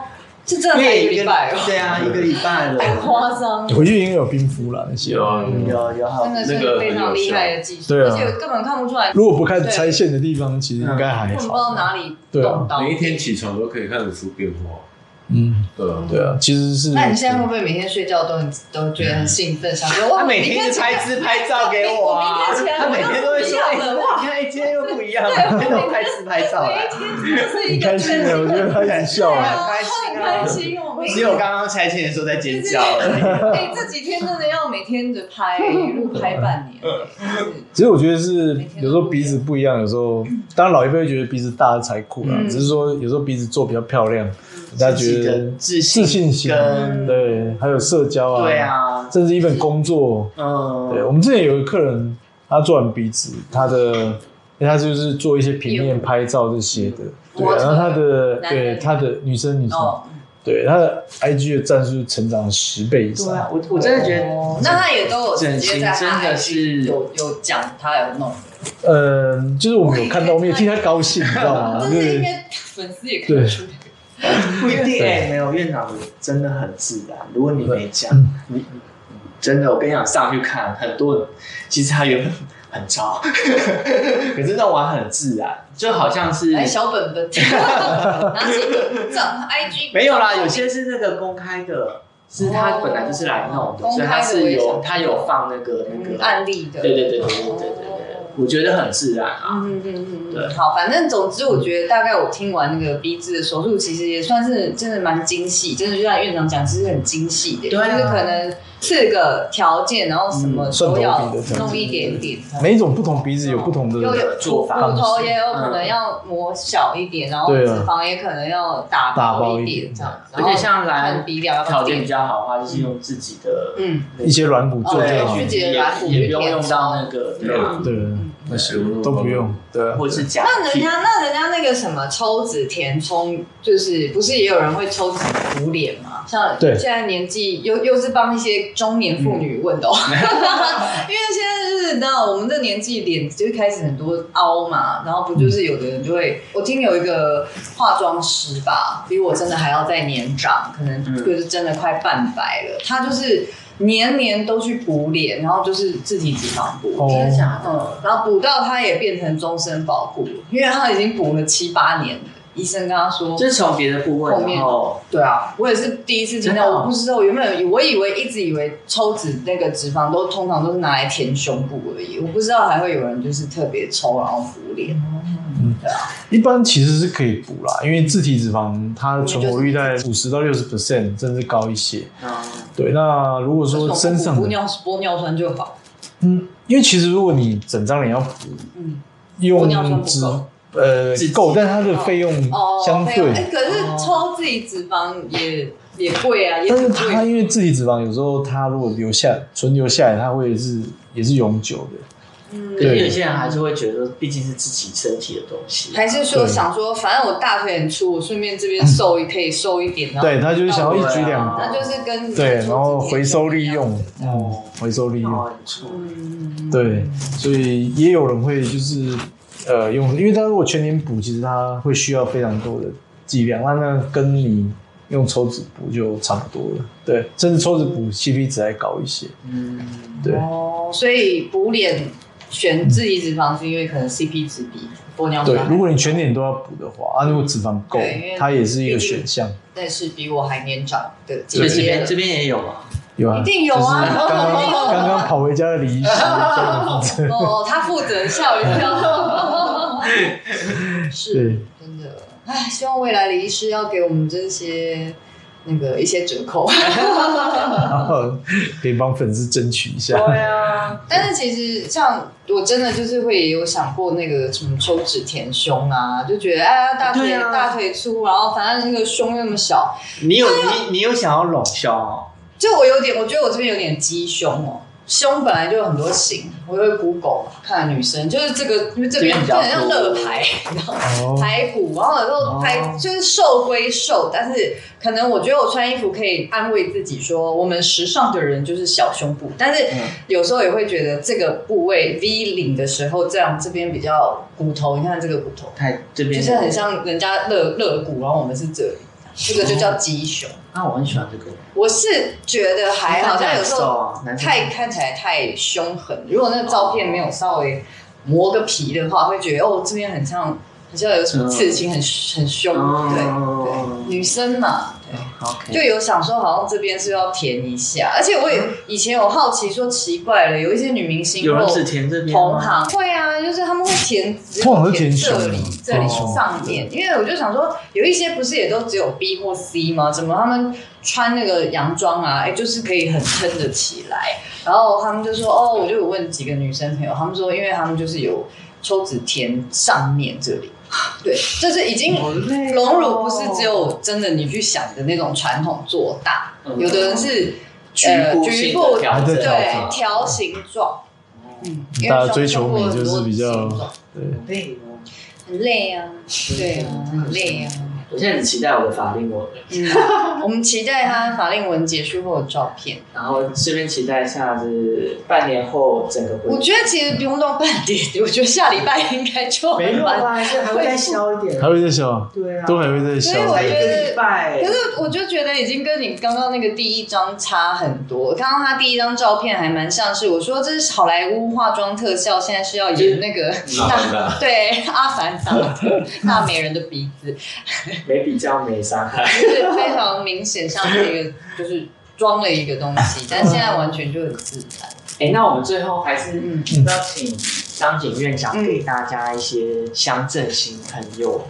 这真的嗯才一个礼拜哦，哎
对啊，一个礼拜
[laughs]
了，
太夸张。
回去应该有冰敷啦那些
有。啊，有啊
有有好
真，的是非常厉害的技术，
那个
啊
而
很有效
且根本看不出来，
如果不看拆线的地方，其实应该还
根本不知道
好。
哪里动
啊
刀。
每一天起床都可以看得出变化。
嗯，
对啊，
对啊，其实是。
那你现在会不会每天睡觉都很都觉得很兴奋，想说
[laughs] 他
哇，
每天
明
一直
起来
拍自拍照给我啊，
哦我明天起来
他每天都会说，
我
哎
又不一样了
你看，哎，今天又不一样了，每天 [laughs] 都拍自拍照啊
每
来
一，天都是一
很
个
开心的，我觉得他一直笑
[laughs] 对
啊。
啊，很开心，我们
[laughs] 只有刚刚拆迁的时候在尖叫而
哎、这几天真的要每天的
[laughs]
拍，一路拍半年。嗯
其实我觉得是有时候鼻子不一样，有时候当然老一辈会觉得鼻子大才酷啦，
嗯
只是说有时候鼻子做比较漂亮，大家
已，自
觉
己
得
嗯的自
自信心，
跟
对，还有社交啊，
对，啊，
甚至一份工作，
嗯，
对，我们之前有一个客人，他做完鼻子，他的他就是做一些平面拍照这些的，对，
模特
然后他的
男的女
对
的
他的女生女生，
哦，
对他的 IG 的赞数成长了十倍以
对啊
上，，
[laughs] 我我真的觉得
哦，那他也都有直
整
接
形
在
真
他
的
IG
是
有有讲他有弄，
嗯，就是我们有看到，我们也替他高兴，你知道
[laughs]
啊
吗？
但是因
对，
为粉丝也看得出来。
不一定
对
哎，没有院长真的很自然。如果你没讲，你你真的，我跟你讲，上去看很多人，其实他原本很糟，可是弄完很自然，就好像是
来小
[laughs]
本本，拿起本账 IG
没有啦，有些是那个公开的，是他本来就是来弄的，
哦
所以他
公开的我
是
也
有
想
他有放那个那
嗯
个
案例的，
对对对对对对对对，我觉得很自然啊。
嗯嗯嗯嗯
对
嗯，好，反正总之，我觉得大概我听完那个鼻子的手术，其实也算是真的蛮精细，真的就像院长讲，其实很精细的，
对啊
就是可能四个条件，然后什么都要
嗯算多
弄一点点，
每一种不同鼻子有不同
又
的
有
做法
骨头也有可能要磨小一点，然后
对
脂
啊
肪也可能要打
打包
薄
一
点
点
这样，
而且像
然后看
蓝
鼻梁要不啊要
条件比
垫，
较好的话，就是用自己的
嗯，
那个
一些软骨做
对
就
哦
好
去，自己的软骨
也也
去
不用
填
用到那个对啊，
对，那些都不用，对啊，
嗯
或者是假
那人
体，
家那人家那个什么抽脂填充，就是不是也有人会抽脂补脸吗？像
对
现在年纪又又是帮一些中年妇女问的、哦， [laughs] 因为现在就是你知道我们这年纪脸就开始很多凹嘛，然后不就是有的人就会，我听有一个化妆师吧，比我真的还要再年长，可能
嗯
就是真的快半百了，他就是。年年都去补脸，然后就是自体脂肪补，
哦
真的假的？
嗯，然后补到他也变成终身保护，因为他已经补了七八年了。医生跟他说，
就是从别的部位，
后面
然后
对啊，我也是第一次听
真的
到，
哦
我不知道，我原本以我以为一直以为抽脂那个脂肪都通常都是拿来填胸部而已，我不知道还会有人就是特别抽然后敷脸，
一般其实是可以补啦，因为自体脂肪它的存活率在五十到六十 percent，甚至高一些。
嗯
对，那如果
为
说
什
身
么
上
不补
的，
尿玻尿酸就好，
嗯，因为其实如果你整张脸要补，
嗯，玻尿酸
用
不
脂
够
呃
自己
够，但它的费用
哦，
嗯相
没有
对，
哎，可是抽自己脂肪也也贵啊，也
但是
很
它
贵，
因为自体脂肪有时候它如果留下存留下来，它会是也是永久的。
嗯
可是
对
有些人还是会觉得，毕竟是自己身体的东西，哦
还是说
对嗯
想说，反正我大腿很粗，我顺便这边瘦一可以瘦一点，然后
对，它就是想要一举两
那
得，
就是跟你
对，
的
然后回收利用，嗯
哦，
回收利用，
哦，很不错
嗯，
对，所以也有人会就是呃用，因为它如果全年补，其实它会需要非常多的剂量，那那跟你用抽脂补就差不多了，
哦
对，甚至抽脂补 CP 值还高一些，
嗯，
对，
哦，所以补脸选自体脂肪是因为可能 CP 值比玻尿
对
酸，
如果你全脸都要补的话，啊，如果脂肪够
哦对因为，
它也是一个选项。
但是比我还年长的
所
姐
以这
姐
边这边也有嘛，
有啊，
一定有啊
就是刚
一定有
刚刚刚跑回家的李医师，
[laughs]
真的
哦，她负责吓我一
[laughs]
跳，是
对
真的，哎，希望未来李医师要给我们这些那个一些折扣。
然后可以帮粉丝争取一
哦
下。
啊，
但是其实像我真的就是会有想过那个什么抽脂填胸啊，就觉得哎呀大腿、
对啊
大腿粗，然后反正那个胸又那么小，
你有你你有想要隆胸哦，
就我有点，我觉得我这边有点鸡胸哦。胸本来就有很多型，我会 Google 看女生，就是这个，因为
这
这边
边比
就
较
很像乐牌，然后
哦，
排骨，然后有时候排、就是瘦归瘦，但是可能我觉得我穿衣服可以安慰自己说，我们时尚的人就是小胸部，但是
嗯
有时候也会觉得这个部位 V 领的时候，这样这边比较骨头，你看这个骨头
太这边
就是很。像人家肋肋骨，然后我们是这里，这个就叫鸡胸。
那我很喜欢这个，
我是觉得还好，但有时候
男生
太看起来太凶狠。如果那个照片没有稍微磨个皮的话，会觉得哦，这边很像，好像有什么刺青，很很凶。对
哦
对，女生嘛，对。
OK，
就有想说，好像这边是要填一下，而且我也以前有好奇说，奇怪了，有一些女明
嗯
星
有人
或
只填这边
同
吗？
行会啊，就是他们会填，只
通常
有
是填哦胸
这里
啊
这里
填胸
上面，因为我就想说，有一些不是也都只有 B 或 C 吗？怎么他们穿那个洋装啊，哎、就是可以很撑得起来？然后他们就说，哦，我就有问几个女生朋友，他们说，因为他们就是有抽脂填上面这里，对，就是已经
哦
隆乳不是只有真的你去想的那种传统做大，
嗯
有的人是
局
呃
部
局
性
部
的调整，
对调形状。嗯，因为
大家追求美
胸部
就是比较
很多形状
对，
对哦
很累啊，对啊，很累啊。
我现在只期待我的法令纹，
嗯， [laughs] 我们期待他法令纹结束后的照片。
然后顺便期待一下，就是半年后整个
我
恢复。
觉得其实不用到半年，我觉得下礼拜应该就
没有啊
完
吧，还是还会再消一点
还。会在笑，
对啊，
都还会在笑
所以。我
一个
觉得
礼拜
哎可。是我就觉得已经跟你刚刚那个第一张差很多。刚刚他第一张照片还蛮像是我说这是好莱坞化妆特效，现在是要演那个
阿凡达
对阿凡达大美人的鼻子，
没比较没伤害。
就是非常明显像是一个就是装了一个东西，但现在完全就很自然。
哎、那我们最后还是
嗯
要请张景院长给大家一些乡镇型朋友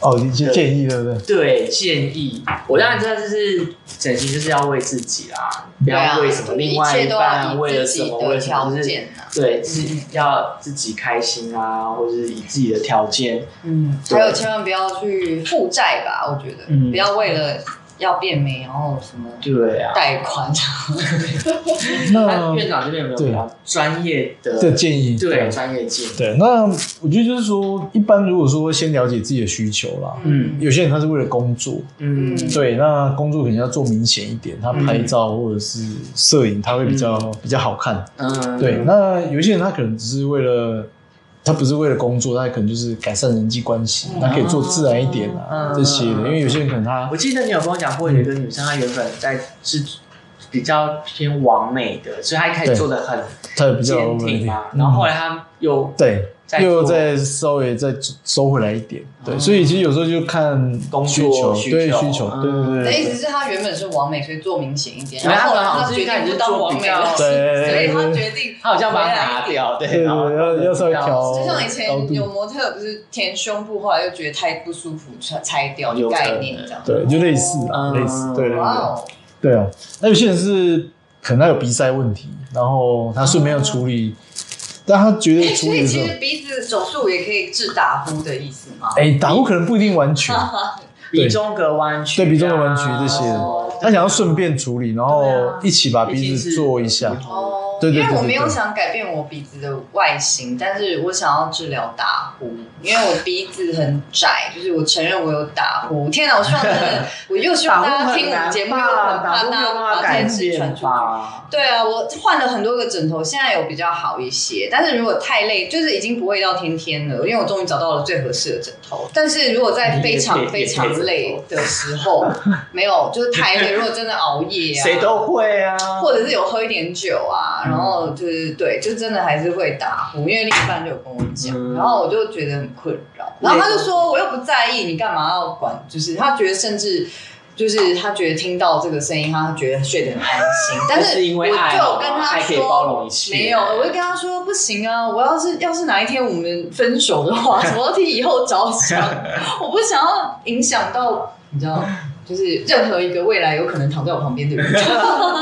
哦，你一些建议对不对？
对建议。我当然知道，就是整形就是要为自己啦，不
对啊
要为什么另
一
外
切
一
都要
半，啊
以
为了
自
什
己
么，
的
为了什
条
么，就是
件啊。
对自己要自己开心啊，或者是以自己的条件。
嗯，
对
还有千万不要去负债吧，我觉得、
嗯
不要为了要变美，然后什么
对啊，
贷款。
那
那
院长这边有没有比较专业的
这建议
对专业建议？
对，啊那我觉得就是说，一般如果说先了解自己的需求啦，
嗯
有些人他是为了工作，
嗯
嗯
对，那工作可能要做明显一点，他拍照或者是摄影，他会比较、比较好看。
嗯，
对，那有些人他可能只是为了，他不是为了工作，他可能就是改善人际关系，他可以做自然一点啊、
嗯
这些的。因为有些人可能他
我记得你有跟我讲过，有一个女生，她原本在是比较偏完美的，所以她一开始
对
做的很
他比较
坚
over 一
挺
点
嘛，，然后后来她又
嗯对
再。
又
做
再稍微再收回来一点，对，
哦
所以其实有时候就看
工作
需求，
需
对
求
需求，
嗯
对对对
你的意
对
思是他原本是王美，所以做明显一点，
没有
然后后来
他本来
他
好像
决定不当王美
是一
了，所
开始就
以
做
他
比较
决定
她好像把它拿掉，对，
对，
然后
要要稍微调，
就像以
高
前
度
有模特不是填胸部，后来又觉得太不舒服，拆拆掉
有
的
可能
概念这样。
对，就类似
嗯
啊，类似，对对
哇
对，
哦，
对啊。那有些人是可能他有鼻塞问题，然后他顺便要处理，但他觉得
哎所
处理
以
的时
其
候，
实鼻子手术也可以治打呼的意思吗？
哎，打呼可能不一定完全，对
鼻中隔弯曲啊，
对鼻中隔弯曲这些的
哦
他想要顺便处理，然后一起把
毕
鼻
竟
子
是
做一下。
哦，
对对
因
对
为我没有
对对
想改变我鼻子的外形，但是我想要治疗打呼，因为我鼻子很窄，就是我承认我有打呼。天哪，我希望真
[laughs]
的，我又希望大家听我们节目，又很
打
怕
呼
大
没
家
有办法
把
改
这件事
变
传出去。
吧？
对啊，我换了很多个枕头，现在有比较好一些。但是如果太累，就是已经不会到天天了，因为我终于找到了最合适的枕头。但是如果在非常非常累的时候，没有就是
[laughs]
太累，如果真的熬夜啊，
谁都会啊，嗯
或者是有喝一点酒啊，然后就是对，就真的还是会打呼，因为另一半就有跟我讲，
嗯
然后我就觉得很困扰，然后他就说我又不在意，你干嘛要管？就是他觉得甚至。就是他觉得听到这个声音，他觉得睡得很安心，但
是因为
我
爱
就
哦
有跟他
爱可以
说，
包容一切，啊
没有，我就跟他说不行啊！我要是要是哪一天我们分手的话，我要替以后着想，我不想要影响到你知道，就是任何一个未来有可能躺在我旁边的人。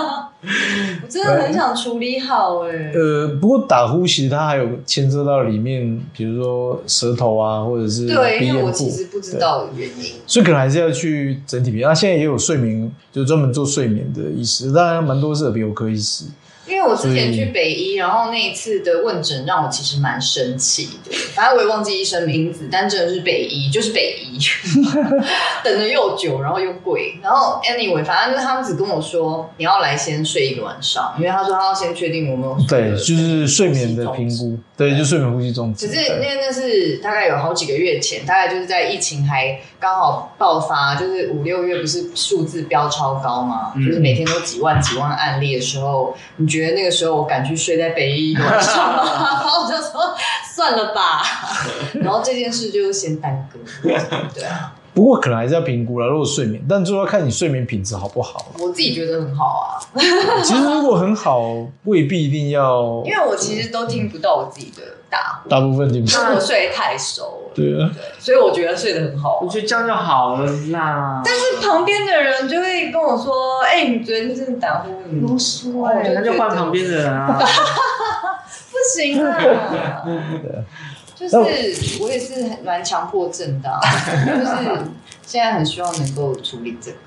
我真的很想处理好哎、
呃，不过打呼其实它还有牵涉到里面，比如说舌头啊，或者是
对，
鼻
因为
咽
我
部，
其实不知道原因。
所以可能还是要去整体评。那现在也有睡眠，就专门做睡眠的医师，当然蛮多是耳鼻喉科医师。
因为我之前去北医，然后那一次的问诊让我其实蛮生气的。反正我也忘记医生名字，但真的是北医，就是北医， [laughs] 等的又久，然后又贵。然后 anyway，反正就是他们只跟我说你要来先睡一个晚上，因为他说他要先确定我们有
对，就是睡眠的评估，对，就睡眠呼吸中止。
只是
对
那那是大概有好几个月前，大概就是在疫情还刚好爆发，就是五六月不是数字飙超高嘛，就是每天都几万几万案例的时候，你觉得那个时候我敢去睡在北医一晚上吗？然后我就说算了吧，然后这件事就先耽搁。对啊，
不过可能还是要评估了，如果睡眠，但就要看你睡眠品质好不 [laughs] 好
我自己觉得很好啊，
其实如果很好，未必一定要，
因为我其实都听不到我自己的
[laughs]
打呼，
大部分听不
因为我睡得太熟了，
对啊，
对，所以我觉得睡得很好啊
我。觉得这样就好了啦。但是
旁边的人就会跟我说：“哎、你昨天真的打呼，你
啰
不
嗦
哦
哎，那就换旁边的人
[laughs]
啊。
行啊。”就是我也是蛮强迫症的、啊，就是现在很希望能够处理这个。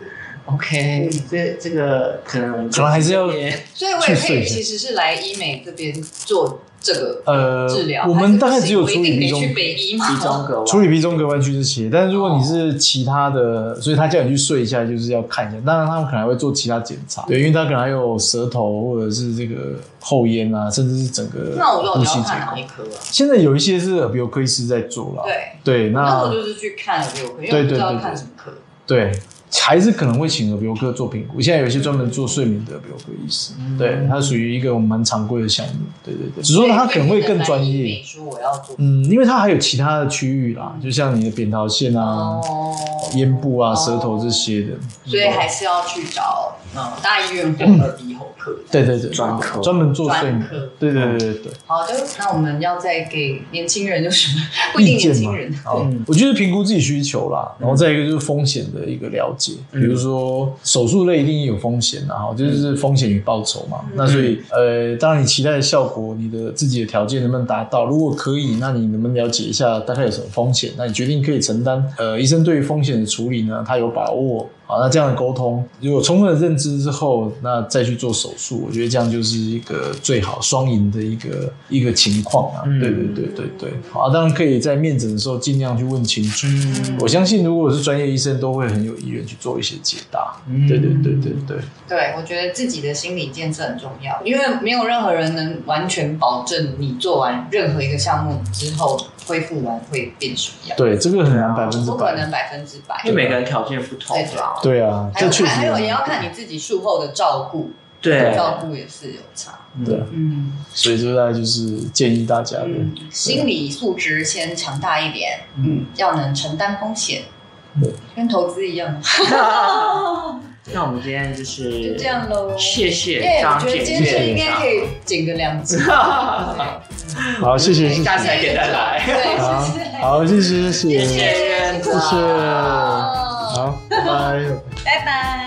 OK，
嗯
这这个可能我们
可能还是要
这边
所以我也可以其实是来医美这边做这个
呃
治疗。，
我
还是
们
不
大概
行
只有
我一
处
定
理鼻
得
中
去北医嘛。
集中隔
处
完。
理鼻中隔弯曲是其一，但是如果你是其他的，所以他叫你去睡一下，就是要看一下。当然，他们可能还会做其他检查，对，因为他可能还有舌头或者是这个后咽啊，甚至是整个
那我到
呼
底
吸
要
结
看
构
哪。一科啊？
现在有一些是耳鼻喉科医师在做了，
对，
对，
那
那
我就是去看耳鼻喉科，因为我
对
不
对
知道
对
看
对
什么科。
对还是可能会请耳鼻喉科做评估。现在有一些专门做睡眠的耳鼻喉科医师，对，它属于一个我们蛮常规的项目，对对对，只是说他可能会更专
所以
业
你，说我要做
嗯，因为它还有其他的区域啦，就像你的扁桃腺啊。
哦，
咽部啊、舌头这些的，
所以还是要去找嗯大医院或耳鼻喉科。
对对对，
专科
专门做睡眠
专科，
对对对对对，
好的，那我们要再给年轻人有什么？不一定年轻人，
好
嗯，
我觉得评估自己需求啦，然后再一个就是风险的一个了解，
嗯
比如说手术类一定有风险啦，哈，就是风险与报酬
嗯
嘛。那所以呃，当然你期待的效果，你的自己的条件能不能达到？如果可以，那你能不能了解一下大概有什么风险？那你决定可以承担。呃，医生对于风险的处理呢，他有把握。好，那这样的沟通，如果充分的认知之后，那再去做手术，我觉得这样就是一个最好双赢的一个一个情况啊。
嗯
对对对对对，好、啊，当然可以在面诊的时候尽量去问清楚。
嗯
我相信，如果是专业医生，都会很有意愿去做一些解答。对对对对对，
对我觉得自己的心理建设很重要，因为没有任何人能完全保证你做完任何一个项目之后恢复完会变什么样，
对，这个很难百分之
啊不可
百。
能百分之百
因。为每个人条件不同
对对
啊，
对啊，
还
这
有
确
看，
实
还有也要
很
看你自己术后的照顾，
对，
照顾也是有差。 [laughs]
对，啊
嗯，
所以这大概就是建议大家的。
嗯，心理素质先强大一点，
嗯
嗯，要能承担风险
对，
跟投资一样。
那我们今天就是
就这样喽
谢谢
耶，我
张
觉得
姐
今天
姐
应该可以剪个两
[laughs]
集，对
好，谢谢谢谢，
下次还可以再来。
对，
好
谢谢，
好，谢谢谢谢，
谢
谢谢，
谢，
好，拜拜。
拜拜。